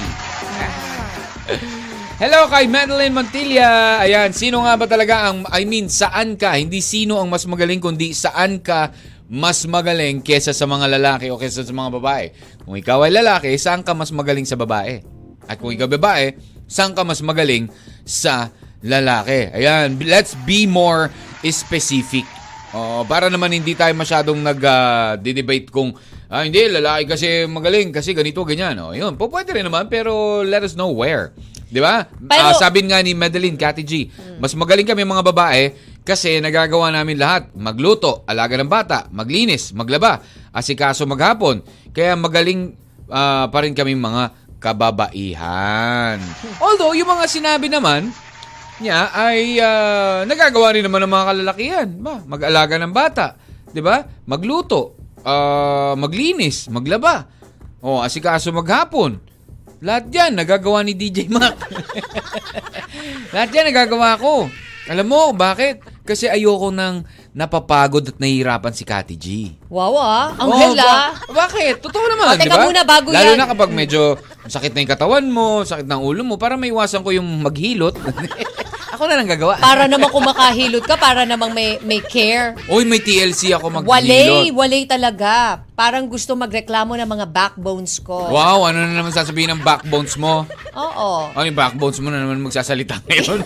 Hello kay Madeline Montilla. Ayan, sino nga ba talaga ang I mean saan ka? Hindi sino ang mas magaling kundi saan ka mas magaling kesa sa mga lalaki o kesa sa mga babae. Kung ikaw ay lalaki, saan ka mas magaling sa babae? At kung ikaw babae, saan ka mas magaling sa lalaki? Ayan, let's be more specific. Oo, para naman hindi tayo masyadong nag-debate kung ah, hindi, lalaki kasi magaling, kasi ganito, ganyan. O, yun, po, pwede rin naman, pero let us know where. Di ba?
Pero-
Ah, sabi nga ni Madeline, Kati G, mas magaling kami mga babae kasi nagagawa namin lahat. Magluto, alaga ng bata, maglinis, maglaba, asikaso maghapon. Kaya magaling ah, pa rin kami mga kababaihan. Although, yung mga sinabi naman, niya ay ah, nagagawa rin naman ng mga kalalakihan. Ba, mag-alaga ng bata, 'di ba? Magluto, ah, maglinis, maglaba. O, asikaso maghapon. Lahat 'yan nagagawa ni DJ Mac. Lahat 'yan nagagawa ko. Alam mo bakit? Kasi ayoko nang napapagod at nahihirapan si Kati G.
Wow ah. Ang
Oo,
hela.
ba- bakit? Totoo naman,
O, teka
di ba?
muna, bago
Lalo
yan.
na kapag medyo sakit na yung katawan mo, sakit ng ulo mo, para maiwasan ko yung maghilot. ako na lang gagawa.
Para namang kumakahilot ka, para namang may, may care.
Uy, may TLC ako
Walay,
maghilot.
walay talaga. Parang gusto magreklamo ng mga backbones ko.
Wow, ano na naman sasabihin ng backbones mo?
Oo.
Ano yung backbones mo na naman magsasalita ngayon?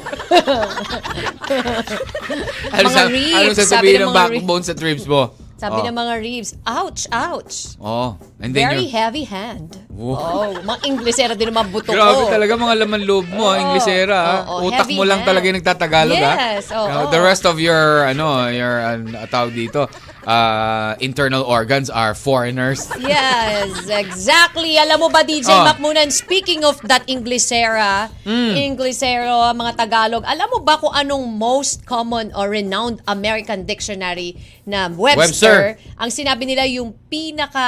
ano
Mga
sa,
ribs,
ano
sabi
sasabihin ng
ng mga
backbones sa trips mo?
Sabi
oh.
ng mga Reeves, ouch, ouch.
Oh, and then
Very
you're-
heavy hand.
Wow.
Oh, mga Inglesera din naman buto
Grabe
ko.
talaga mga laman loob mo,
Oo.
oh, Inglesera. ah.
Oo,
Utak
heavy
mo lang
na.
talaga yung nagtatagalog, ah.
Yes, oo.
Uh, the rest of your, ano, your, an- tawag dito, uh, internal organs are foreigners.
Yes, exactly. Alam mo ba, DJ
Oh.
Macmunan, speaking of that Inglesera,
Hmm.
Inglesero, mga Tagalog, alam mo ba kung anong most common or renowned American dictionary na Webster? Ang sinabi nila yung pinaka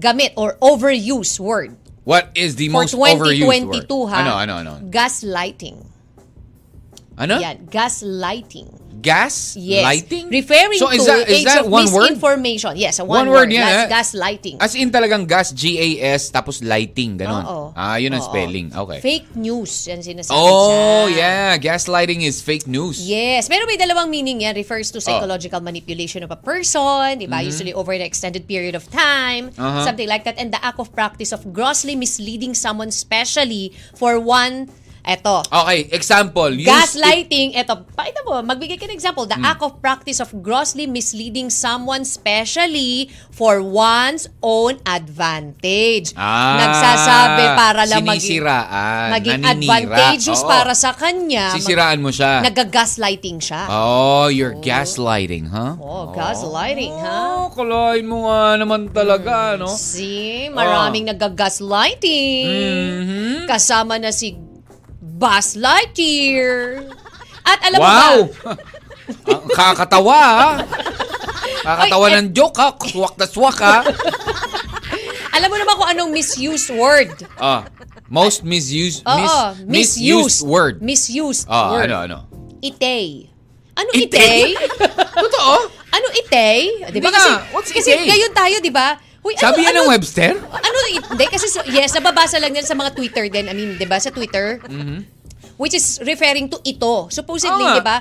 gamit or overuse word
What is the
for
most overused word?
2022 ha.
Ano, ano, ano?
Gaslighting.
Ano?
Yan, gaslighting.
Gas?
Yes.
Lighting?
Referring
so
to
is that, is
age
that
of
one word?
misinformation. Yes, a
One
one,
word
word.
yan,
Gas-
eh?
gaslighting.
As in talagang gas, G-A-S, tapos lighting, ganun.
Oo.
Ah, yun ang
Oo.
spelling. Okay.
Fake news. Yan sinasabi
Oh,
dyan.
yeah. Gaslighting is fake news.
Yes, pero may dalawang meaning yan. Refers
Oh.
to psychological manipulation of a person, di ba? Usually over an extended period of time,
Mm-hmm. Uh-huh.
something like that. And the act of practice of grossly misleading someone specially for one, eto,
Okay, example. use it-
Gaslighting, eto, pakita mo, magbigay ka ng example.
Hmm.
The act of practice of grossly misleading someone specially for one's own advantage.
Ah,
Nagsasabi para lang maging,
sinisiraan,
maging
naninira.
advantageous
Oo.
para sa kanya.
Sisiraan mo siya.
Nagagaslighting siya.
Oh, you're gaslighting, huh?
Oh, gaslighting,
Oh,
ha?
kalahin mo nga naman talaga, no?
See, maraming nagagaslighting.
Mhm.
Kasama na si Buzz Lightyear. At alam
Wow!
mo ba,
Ang Kakatawa, ha? Kakatawa
Ay, eh.
ng joke, ha? Swak na swak, ha?
alam mo naman kung anong misuse word
Ah, Most misused,
Oo,
mis- misused word.
Misused
Ah,
word.
ano, ano?
Itay. Ano
Itay?
itay?
Totoo?
ano itay? Di ba
Hindi
kasi,
nga. What's
kasi
itay?
ngayon tayo, di ba? ano Huy,
Sabi yan ng Webster?
Ano, it- hindi, kasi, sa- yes, nababasa lang yan sa mga Twitter din. I mean, di ba, sa Twitter?
Mm-hmm.
Which is referring to ito. Supposedly,
Oo nga.
di ba?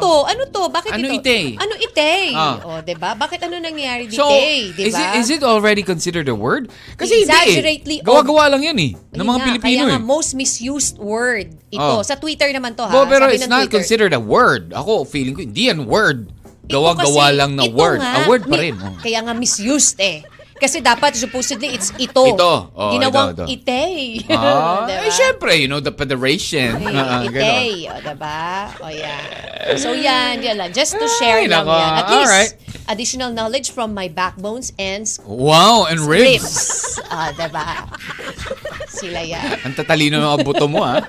Oo.
to? Ano to?
Ah.
Bakit
Ano
ito?
itay?
Ano itay?
Ah.
O, di ba? Bakit ano nangyari
So,
diba? ditay? Di
is, it,
ba?
is it already considered a word? Kasi
Exaggerately
hindi eh.
oh.
Gawa-gawa lang yan eh. Ng
Ayun
mga
nga,
Pilipino
kaya
eh.
nga, most misused word ito.
Oh.
Sa Twitter naman to ha.
Bo, pero
ah, Sabi
it's
ng
not
Twitter.
considered a word. Ako, feeling ko, hindi yan word.
Ito
Gawa-gawa
kasi-
lang na
ito
word. a
nga,
word pa
mi-
rin. Oh.
Kaya nga misused eh. Kasi dapat supposedly it's ito.
Ito. Oo,
Ginawang
ito, ito.
itay.
Ah,
Diba?
eh, syempre, you know, the federation. Ah,
Ay,
ah,
itay.
ganon.
O, diba? O, yan. So, yan. Yan lang. Just to share
Ay,
lang
nako.
yan. At least,
Alright.
additional knowledge from my backbones and
Wow, and ribs.
ribs. O, diba? Sila yan.
Ang tatalino ng mga buto mo, ha?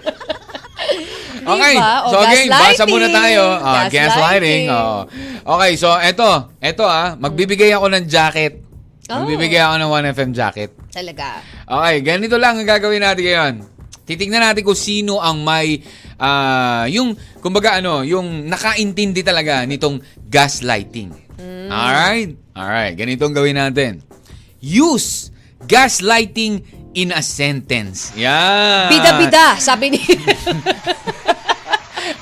Okay,
Diba? O,
so again, basa
gaslighting.
muna tayo. Ah, gaslighting.
Gaslighting.
oo. Okay, so eto, eto ah, magbibigay ako ng jacket.
Oh.
Magbibigay ako ng 1FM jacket.
Talaga.
Okay, ganito lang ang gagawin natin ngayon. Titingnan natin kung sino ang may ah, yung kumbaga ano, yung nakaintindi talaga nitong gaslighting. Alright? Alright, ganito ang gawin natin. Use gaslighting in a sentence. Yan.
Bida-bida, sabi ni...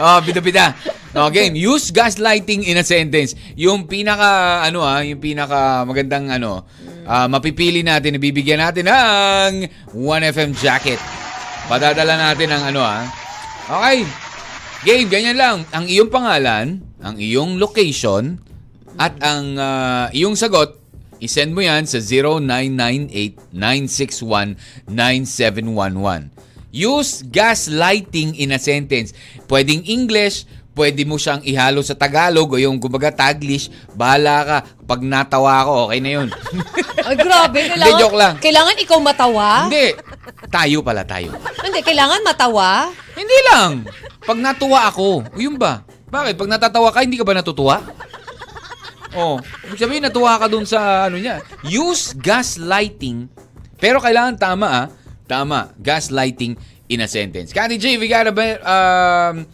Oh, bida-bida. No, game. Use gaslighting in a sentence. Yung pinaka, ano ah, yung pinaka magandang, ano, ah, mapipili natin, ibibigyan natin ng 1FM jacket. Padadala natin ng, ano ah. Okay. Game, ganyan lang. Ang iyong pangalan, ang iyong location, at ang ah, iyong sagot, isend mo yan sa 0998-961-9711. Use gaslighting in a sentence. Pwedeng English, pwede mo siyang ihalo sa Tagalog o yung kumbaga Taglish. Bahala ka. Pag natawa ako, okay na yun.
Ay, grabe. Kailangan,
joke lang.
Kailangan ikaw matawa?
Hindi. Tayo pala, tayo.
Hindi, kailangan matawa.
Hindi lang. Pag natuwa ako, o yun ba? Bakit? Pag natatawa ka, hindi ka ba natutuwa? Oh, ibig sabihin natuwa ka dun sa ano niya. Use gaslighting. Pero kailangan tama ah. Tama. Gaslighting in a sentence. Kati J, we got about um,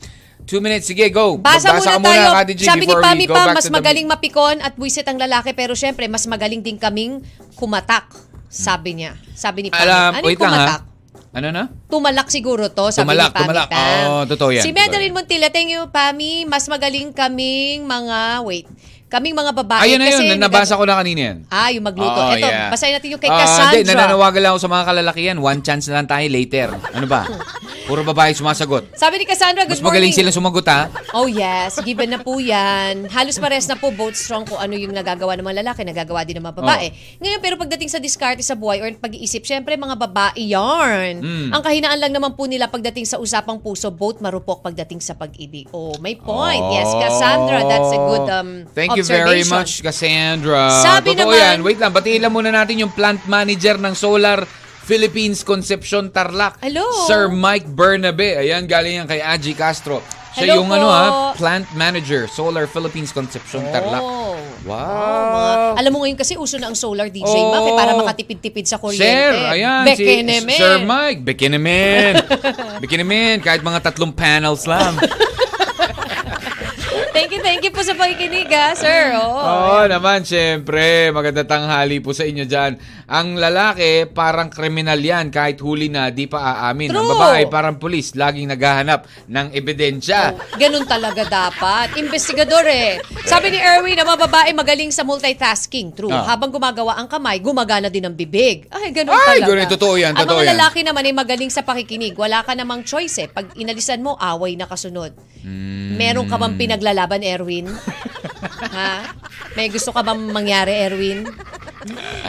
two minutes. Sige, go.
Basa
Magbasa ka
muna tayo.
Kati J,
Sabi ni
before we
Pami
go
pa,
back
mas
to the-
magaling mapikon at buwisit ang lalaki pero syempre, mas magaling din kaming kumatak. Sabi niya. Sabi ni Pami.
Alam,
ano
wait
yung
lang ha.
kumatak?
Ano na?
Tumalak siguro to, sabi
Tumalak,
ni Pami
tumalak.
Tam.
Oo, totoo yan,
Si
totoo
Madeline
yan.
Montilla, thank you, Pami. Mas magaling kaming mga, wait, kaming mga babae.
Ayun na yun.
kasi
Nabasa ko na kanina yan.
Ah, yung magluto.
Oo,
Eto,
yeah.
basahin natin yung kay
Ah,
Cassandra.
Hindi, nananawagan lang ako sa mga kalalakihan. One chance na lang tayo later. Ano ba? Puro babae sumasagot.
sabi ni Cassandra,
Mas
good
magaling
morning.
sila sumagot ha.
Oh yes, given na po yan. Halos pares na po both strong kung ano yung nagagawa ng mga lalaki, nagagawa din ng mga babae.
Oh.
Ngayon pero pagdating sa diskarte sa buhay or pag-iisip, syempre mga babae yarn.
Hmm.
Ang kahinaan lang naman po nila pagdating sa usapang puso, both marupok pagdating sa pag-ibig. Oh, may point. Yes, Cassandra, that's a good um
Oh. Thank you very
observation.
much, Cassandra.
Sabi
Totoo
naman-
yan. Wait lang, batiin lang muna natin yung plant manager ng Solar Philippines Concepcion Tarlac.
Hello.
Sir Mike Bernabe. Ayan, galing yan kay Aji Castro. Siya
Hello
yung
po.
ano ha, plant manager, Solar Philippines Concepcion Tarlac.
Oh.
Wow.
Oh, mga- alam mo ngayon kasi uso na ang solar DJ,
Oh.
bakit para makatipid-tipid sa kuryente.
Sir, ayan,
Bekeneme.
si Sir Mike, Bekinimin. Bekinimin, kahit mga tatlong panels lang.
Thank you, thank you po sa pakikinig, ha, sir. Oh. Oo.
Oo naman, syempre. Maganda tanghali po sa inyo dyan. Ang lalaki, parang kriminal yan. Kahit huli na, di pa aamin. Ang
True.
babae, parang pulis. Laging naghahanap ng ebidensya.
Ganun talaga dapat. Investigador eh. Sabi ni Erwin, ang mga babae magaling sa multitasking. True.
Ah.
Habang gumagawa ang kamay, gumagana din ang bibig. Ay, ganun
Ay,
talaga.
ganun. Totoo yan,
Ang
totoo
mga
yan.
lalaki naman ay magaling sa pakikinig. Wala ka namang choice eh. Pag inalisan mo, away na kasunod.
Hmm.
Meron ka bang pinaglalaban, Erwin? ha? May gusto ka bang mangyari, Erwin?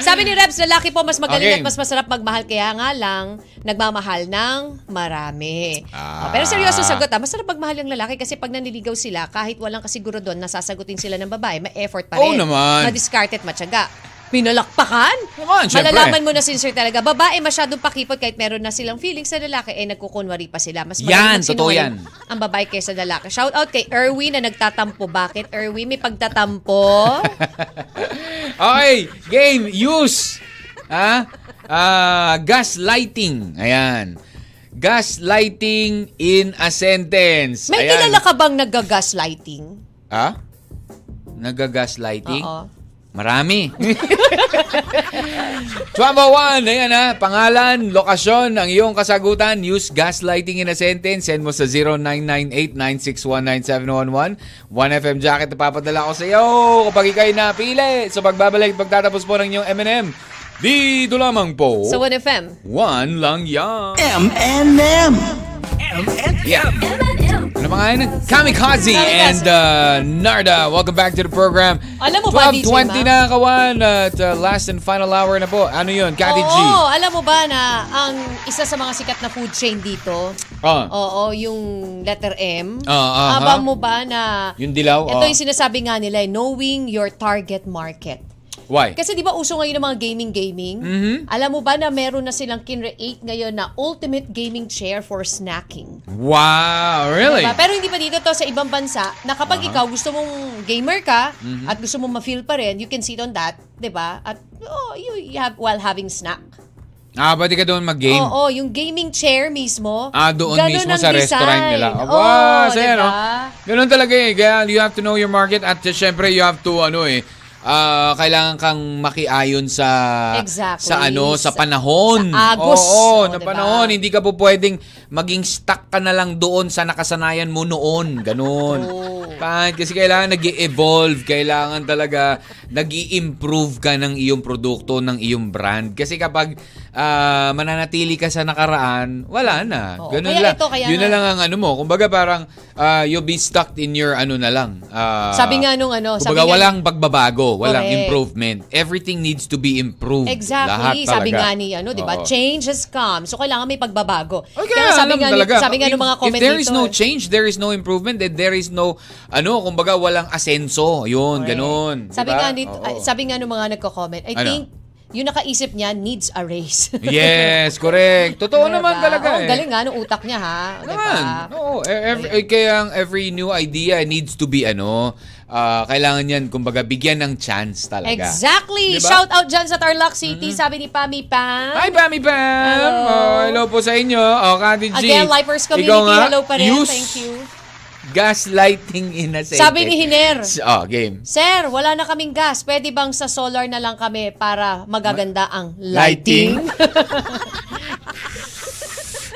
Sabi ni Rebs, lalaki po mas magaling
Okay.
at mas masarap magmahal kaya nga lang nagmamahal ng marami.
Ah.
Pero seryoso sagot ha, masarap magmahal ng lalaki kasi pag nanliligaw sila, kahit walang kasiguro doon, nasasagutin sila ng babae, may effort pa
Oo
rin.
naman.
Madiscarded, matyaga. Pinalakpakan?
Naman, syempre.
Malalaman mo na sincere talaga. Babae masyadong pakipot kahit meron na silang feelings sa lalaki, eh nagkukunwari pa sila. Mas
Yan,
malalim
totoo yan.
ang babae kaysa lalaki. Shout out kay Erwin na nagtatampo. Bakit, Erwin? May pagtatampo?
Okay, game, use. Ha? Ah, gaslighting. Ayan. Gaslighting in a sentence.
May
Ayan.
kilala ka bang nagga-gaslighting?
Ha? Nagagaslighting?
Oo.
Marami. Trauma 1, ayan ha. Pangalan, lokasyon, ang iyong kasagutan. Use gaslighting in a sentence. Send mo sa 0998-961-9711. 1FM jacket na papadala ko sa iyo kapag ikay napili. So pagbabalik, pagtatapos po ng iyong M&M, dito lamang po.
Sa 1FM.
one lang yan.
M&M. M&M.
Yeah. Ano pangalan? Kamikaze,
Kamikaze.
and uh, Narda. Welcome back to the program.
Alam mo ba, DJ
12.20
Mac?
na kawan at uh, last and final hour na po. Ano yun? Kati G.
Oo, alam mo ba na ang isa sa mga sikat na food chain dito,
Ah.
oo, yung letter M,
Ah, ah, ha?
Aba mo ba na,
Yung dilaw?
ito
ah.
yung sinasabi nga nila, eh, knowing your target market.
Why?
Kasi di ba uso ngayon ng mga gaming-gaming?
Mm-hmm.
Alam mo ba na meron na silang kinreate ngayon na ultimate gaming chair for snacking?
Wow, really?
Diba? Pero hindi pa dito to sa ibang bansa
Ah.
na kapag ikaw gusto mong gamer ka
Mm-hmm.
at gusto mong ma-feel pa rin, you can sit on that, di ba? At oh, you, you have while having snack.
Ah, pwede ka doon mag-game.
Oo, yung gaming chair mismo.
Ah, doon
ganun
mismo
ang
sa restaurant
design.
nila.
Oo,
wow, saya,
diba?
no? Ganun talaga eh. Kaya you have to know your market at uh, syempre you have to, ano eh, ah, kailangan kang makiayon sa
Exactly.
sa ano sa panahon
Sa agos.
oo,
Oo,
na
diba?
panahon hindi ka po pwedeng maging stuck ka na lang doon sa nakasanayan mo noon ganun
Oo.
Pan, kasi kailangan nag evolve kailangan talaga nag improve ka ng iyong produkto, ng iyong brand. Kasi kapag ah, mananatili ka sa nakaraan, wala na.
Oo.
Ganun
Kaya
lang.
ito, kaya
Yun na
nga-
lang ang ano mo. Kumbaga parang ah, you'll be stuck in your ano na lang. Ah,
Sabi nga nung ano, sabi
kumbaga
nga-
walang pagbabago, walang
Correct.
improvement. Everything needs to be improved. Lahat
Exactly.
talaga.
Sabi nga ni ano, 'di ba?
Oo.
Change has come. So kailangan may pagbabago.
Ay,
Kaya sabi
alam
nga
mo
ni,
talaga,
sabi nga
if-
ng mga
If there is no
commentator.
change, there is no improvement, then there is no, ano, kumbaga walang asenso. Yun, ganun.
Sabi
diba?
nga ni,
Oo.
ay, sabi nga ng mga nagko-comment, I
Ano?
think yung nakaisip niya needs a raise.
Yes, correct. Totoo
Diba?
naman talaga
Oo,
eh.
galing diba? nga ng utak niya ha, 'di ba?
Naman. Oo, e- every, eh, kaya ang every new idea needs to be ano, ah, kailangan yan, kumbaga, bigyan ng chance talaga.
Exactly.
Diba? Mm-hmm.
Shout out dyan sa Tarlac City, sabi ni Pami Pam.
Hi, Pami Pam!
Hello.
Oh, hello po sa inyo. Oh, Kati G.
Again, Lifers Community,
ikaw nga,
hello pa rin.
Use
Thank you.
gaslighting in a sentence.
Sabi ni Hiner.
Oh, game.
Sir, wala na kaming gas. Pwede bang sa solar na lang kami para magaganda ang lighting?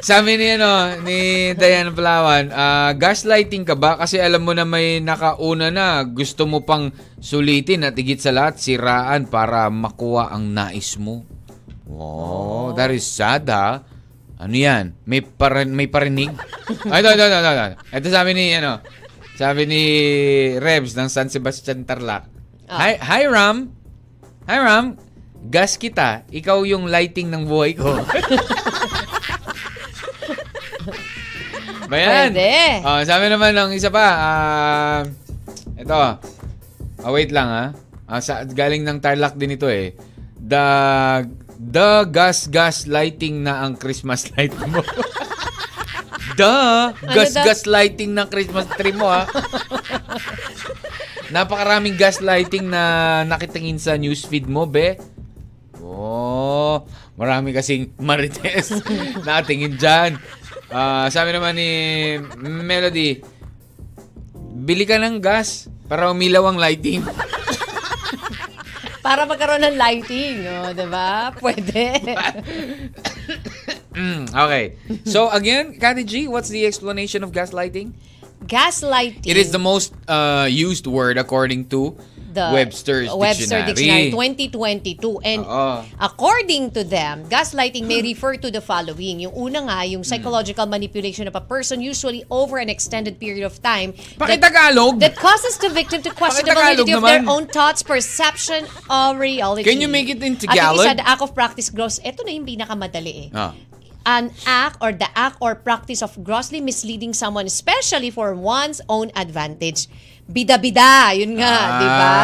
Sabi ni ano, ni Diane Palawan, ah, gaslighting ka ba? Kasi alam mo na may nakauna na. Gusto mo pang sulitin at higit sa lahat, siraan para makuha ang nais mo. Wow, that is sad ha. Ano yan? May, par- may parinig? Ay, no, no, no, no, no. Ito sabi ni, ano, sabi ni Rebs ng San Sebastian Tarlac. Hi, hi Ram. Hi Ram. Gas kita. Ikaw yung lighting ng buhay ko. Bayan.
Pwede.
Oh, sabi naman ng isa pa. ah, ito. Ah, wait lang ha. Ah, sa, galing ng Tarlac din ito eh. The the gas gas lighting na ang Christmas light mo. the gas
daw?
gas lighting ng Christmas tree mo ha. Napakaraming gaslighting na nakitingin sa newsfeed mo, be. Oh, marami kasing marites na tingin dyan. Ah, sabi naman ni Melody, bili ka ng gas para umilaw ang lighting.
Para magkaroon ng lighting, no? 'di ba? Pwede.
Mm, okay. So again, Kati G, what's the explanation of gaslighting?
Gaslighting.
It is the most uh, used word according to
the
Webster's,
Webster
Dictionary.
Dictionary. 2022. And
Oo.
according to them, gaslighting may refer to the following. Yung una nga, yung psychological manipulation of a person usually over an extended period of time that,
Pakitagalog!
that causes the victim to question the
Pakitagalog
validity of their
naman.
own thoughts, perception, or reality.
Can you make it into
At yung isa,
Tagalog?
the act of practice gross, ito na yung pinakamadali eh.
Ah.
An act or the act or practice of grossly misleading someone, especially for one's own advantage. Bida-bida, yun nga,
Ah.
di ba?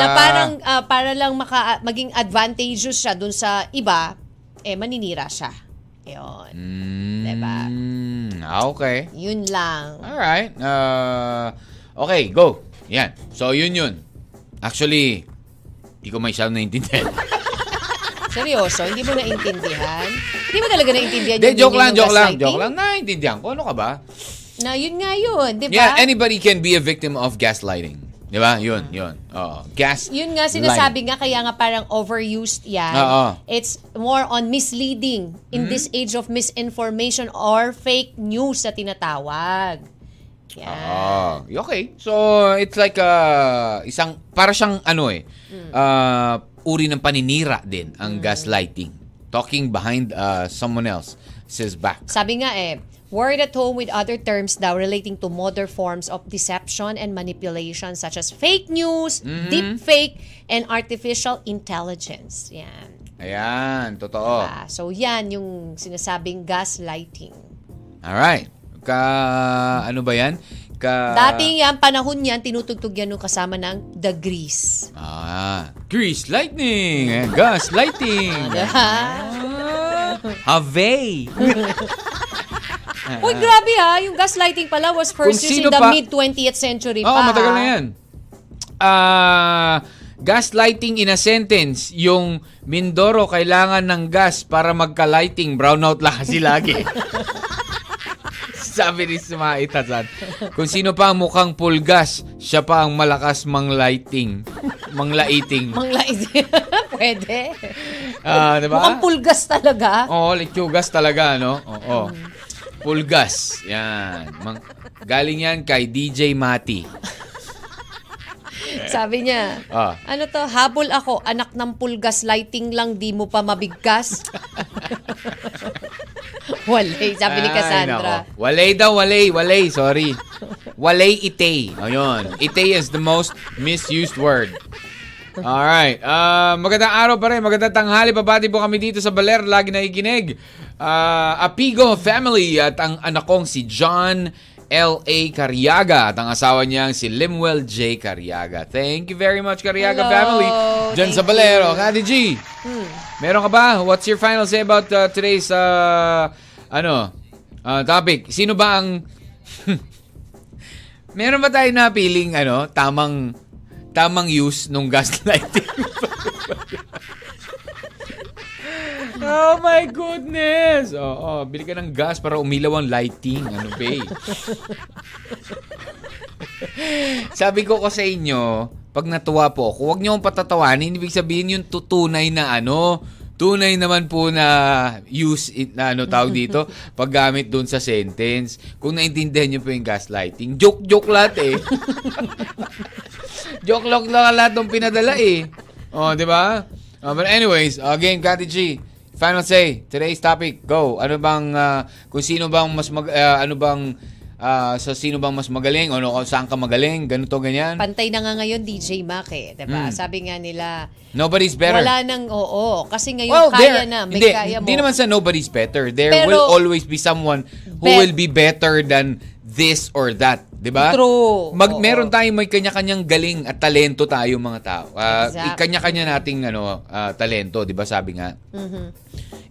Na parang, ah, para lang maka, maging advantageous siya dun sa iba, eh, maninira siya. Yun.
Hmm.
Di ba?
Mm, ah, okay.
Yun lang.
Alright. Uh, okay, go. Yan. So, yun yun. Actually, hindi ko masyadong naiintindihan.
Seryoso, hindi mo naintindihan? Hindi mo talaga naintindihan
Hindi,
yung
joke lang,
meaning ng
joke lang,
gaslighting?
joke lang. Naiintindihan ko, ano ka ba?
Na yun nga yun, di ba?
Yeah, anybody can be a victim of gaslighting. Di ba? Yun, yun. Oo. Gas.
Yun nga sinasabi nga kaya nga parang overused 'yan.
Oo. Hmm?
It's more on misleading in this age of misinformation or fake news na tinatawag. Yan.
Ah, okay. So, it's like uh, isang, para siyang ano eh, ah, uri ng paninira din ang gaslighting. Talking behind uh, someone else says back.
Sabi nga eh, word at home with other terms daw relating to modern forms of deception and manipulation such as fake news,
Mm-hmm.
deep fake, and artificial intelligence. Yan.
Ayan, totoo.
Ah, so yan yung sinasabing gaslighting.
Alright. Ka, ano ba yan? Ka...
Dating yan, panahon yan, tinutugtog yan nung kasama ng The Grease.
Ah, grease lightning, eh, gas lighting. Ave.
Uy, grabe ha. Yung gaslighting pala was
Ah.
first
Kung
used
sino
in the
pa-
mid-20th century
Oo,
pa.
matagal
ha?
na yan. Ah, gaslighting in a sentence, yung Mindoro kailangan ng gas para magka-lighting, brownout lang kasi lagi. Sabi ni Sumait Hassan, kung sino pa ang mukhang pulgas, siya pa ang malakas mang lighting, mang laiting.
Manglait. Pwede.
Ah, di ba? Oh.
Mukhang pulgas talaga.
Oo, lechugas talaga, no? Oo. Pulgas. Yan. Mang- galing yan kay DJ Mati.
Sabi niya,
Ah.
ano to, habol ako, anak ng pulgas, lighting lang, di mo pa mabigkas. Walay, sabi ni
Ay,
Cassandra.
nako. Walay daw, walay, walay. Sorry. Walay itay. Ayun. Itay is the most misused word. Alright. Ah, magandang araw pa rin. Magandang tanghali. Pabati po kami dito sa Baler. Lagi naikinig. Ah, Apigo family at ang anak kong si John L.A. Cariaga at ang asawa niyang si Limwell J. Cariaga. Thank you very much, Cariaga
Hello.
family. Diyan
Thank
sa Baler.
you. Hmm.
O, Kati G. Meron ka ba? What's your final say about uh, today's uh, ano uh, topic? Sino ba ang Meron ba tayo napiling ano, tamang tamang use nung gaslighting? oh my goodness! Oo, oh, bili ka ng gas para umilaw ang lighting. Ano ba eh? Sabi ko ko sa inyo, pag natuwa po ako, huwag niyo akong patatawanin. Ibig sabihin yung tutunay na ano, tunay naman po na use, it, na ano tawag dito, paggamit dun sa sentence. Kung naintindihan niyo po yung gaslighting, joke-joke lahat eh. joke-joke lang lahat ng pinadala eh. Oh, di ba? Oh, but anyways, again, Kati G, final say, today's topic, go. Ano bang, ah, kung sino bang mas mag, ah, ano bang, ah, sa sino bang mas magaling, ano, kung saan ka magaling, ganito, ganyan.
Pantay na nga ngayon, DJ Mac eh. Diba? Sabi nga nila,
Nobody's Mm. better.
wala nang oo. Kasi ngayon,
Well,
kaya
there,
na. May
hindi,
kaya mo.
hindi naman sa nobody's better. There
Pero-
will always be someone who
Bet-
will be better than this or that. 'di ba?
True.
Mag,
Oo.
meron tayong may kanya-kanyang galing at talento tayo mga tao. Ah,
Exactly.
Kanya-kanya nating ano, ah, talento, 'di ba? Sabi nga.
Mm-hmm.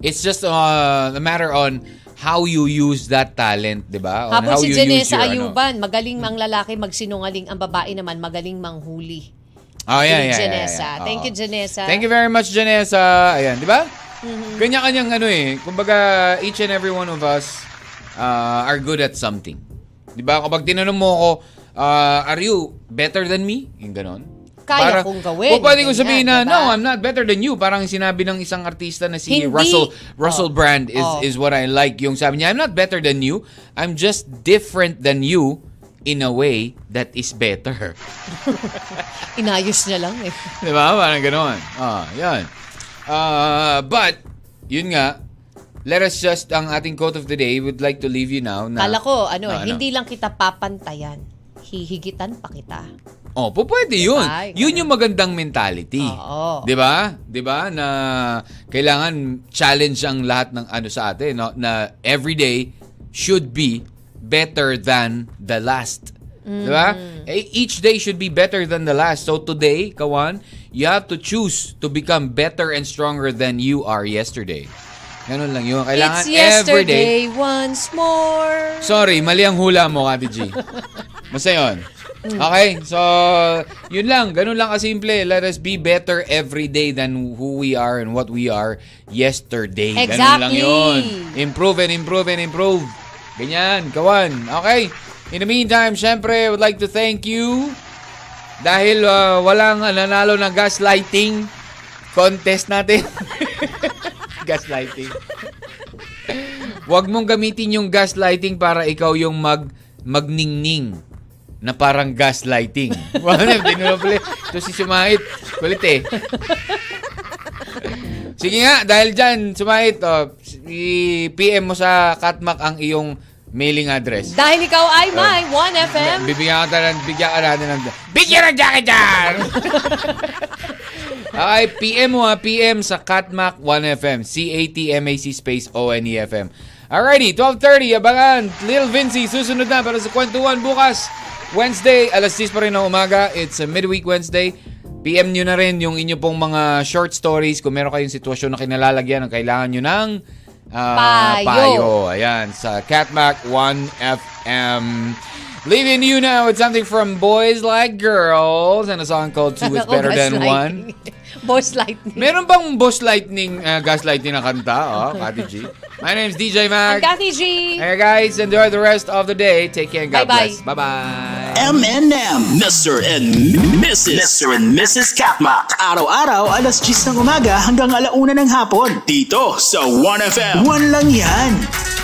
It's just uh, a matter on how you use that talent, 'di ba? On
Habang
how
si
you use
Janessa
your, ano.
Ayuban, magaling mang lalaki, magsinungaling. Ang babae naman, magaling manghuli.
Oh, yeah, yeah,
Si
Oh. yeah,
Janessa.
yeah.
Thank you,
Oo.
Janessa.
Thank you very much, Janessa. Ayan, di ba?
Mm-hmm.
Kanya-kanyang ano eh. Kumbaga, each and every one of us uh, are good at something. Di ba? Kapag tinanong mo ako, uh, are you better than me? Yung ganon.
Kaya kong gawin,
O pwede kong
ganyan,
sabihin na,
diba?
no, I'm not better than you. Parang sinabi ng isang artista na si
Hindi.
Russell Russell
Oh.
Brand is
Oh.
is what I like. Yung sabi niya, I'm not better than you. I'm just different than you in a way that is better.
Inayos niya lang eh.
Di ba? Diba? Parang ganoon. Ah, yan. Ah, but, yun nga, let us just, ang ating quote of the day, would like to leave you now na...
Kala ko, ano,
Ah,
eh, hindi lang kita papantayan. Hihigitan pa kita.
Oh, po pwede yun.
Ay,
Yun
ganun.
yung magandang mentality.
Diba? Oo.
'Di ba? 'Di ba na kailangan challenge ang lahat ng ano sa atin no? na every day should be better than the last. 'Di ba?
Mm.
E- Each day should be better than the last. So today, Kawan, you have to choose to become better and stronger than you are yesterday. Ganun lang yun. Kailangan
It's
every day
yesterday once more.
Sorry, mali ang hula mo, Kati G. Basta yun. Okay, so yun lang, ganun lang kasimple. Let us be better every day than who we are and what we are yesterday. Ganun lang
Exactly.
yun. Improve and improve and improve. Ganyan, kawan. Okay, in the meantime, syempre, I would like to thank you dahil ah, walang nanalo ng gaslighting contest natin. gaslighting. Huwag mong gamitin yung gaslighting para ikaw yung mag magningning na parang gaslighting. Wala na, dinulapli. Ito si Sumait. Kulit eh. Sige nga, dahil dyan, Sumait, oh, i-PM mo sa Katmak ang iyong mailing address.
Dahil ikaw ay may
Oh.
1FM.
Bibigyan ka talaga, bigyan ka natin ng... Bigyan ng jacket dyan! Ay, PM mo ha, PM sa Katmac 1FM. C-A-T-M-A-C space O-N-E-F-M. Alrighty, 12.30, abangan. Lil Vinci, susunod na para sa kwentuhan bukas. Wednesday, alas 6 pa rin ng umaga. It's a midweek Wednesday. PM nyo na rin yung inyo pong mga short stories. Kung meron kayong sitwasyon na kinalalagyan, ang kailangan nyo ng ah,
Payo.
payo. Ayan, sa Catmac 1FM. Leaving you now with something from Boys Like Girls and a song called Two is
Ako,
Better Than One.
gaslighting. Boss Lightning.
Meron bang Boss Lightning, uh, Gaslighting na kanta? Oh, Kati G. My name's DJ
Ang
Mag.
Kathy G.
Hey guys, enjoy the rest of the day. Take care and God
Bye-bye.
bless. Bye-bye.
M&M. Mr. and Mrs. Mr. and Mrs. Katmak.
Araw-araw, alas 10 ng umaga hanggang alauna ng hapon.
Dito sa 1FM.
Buwan lang yan.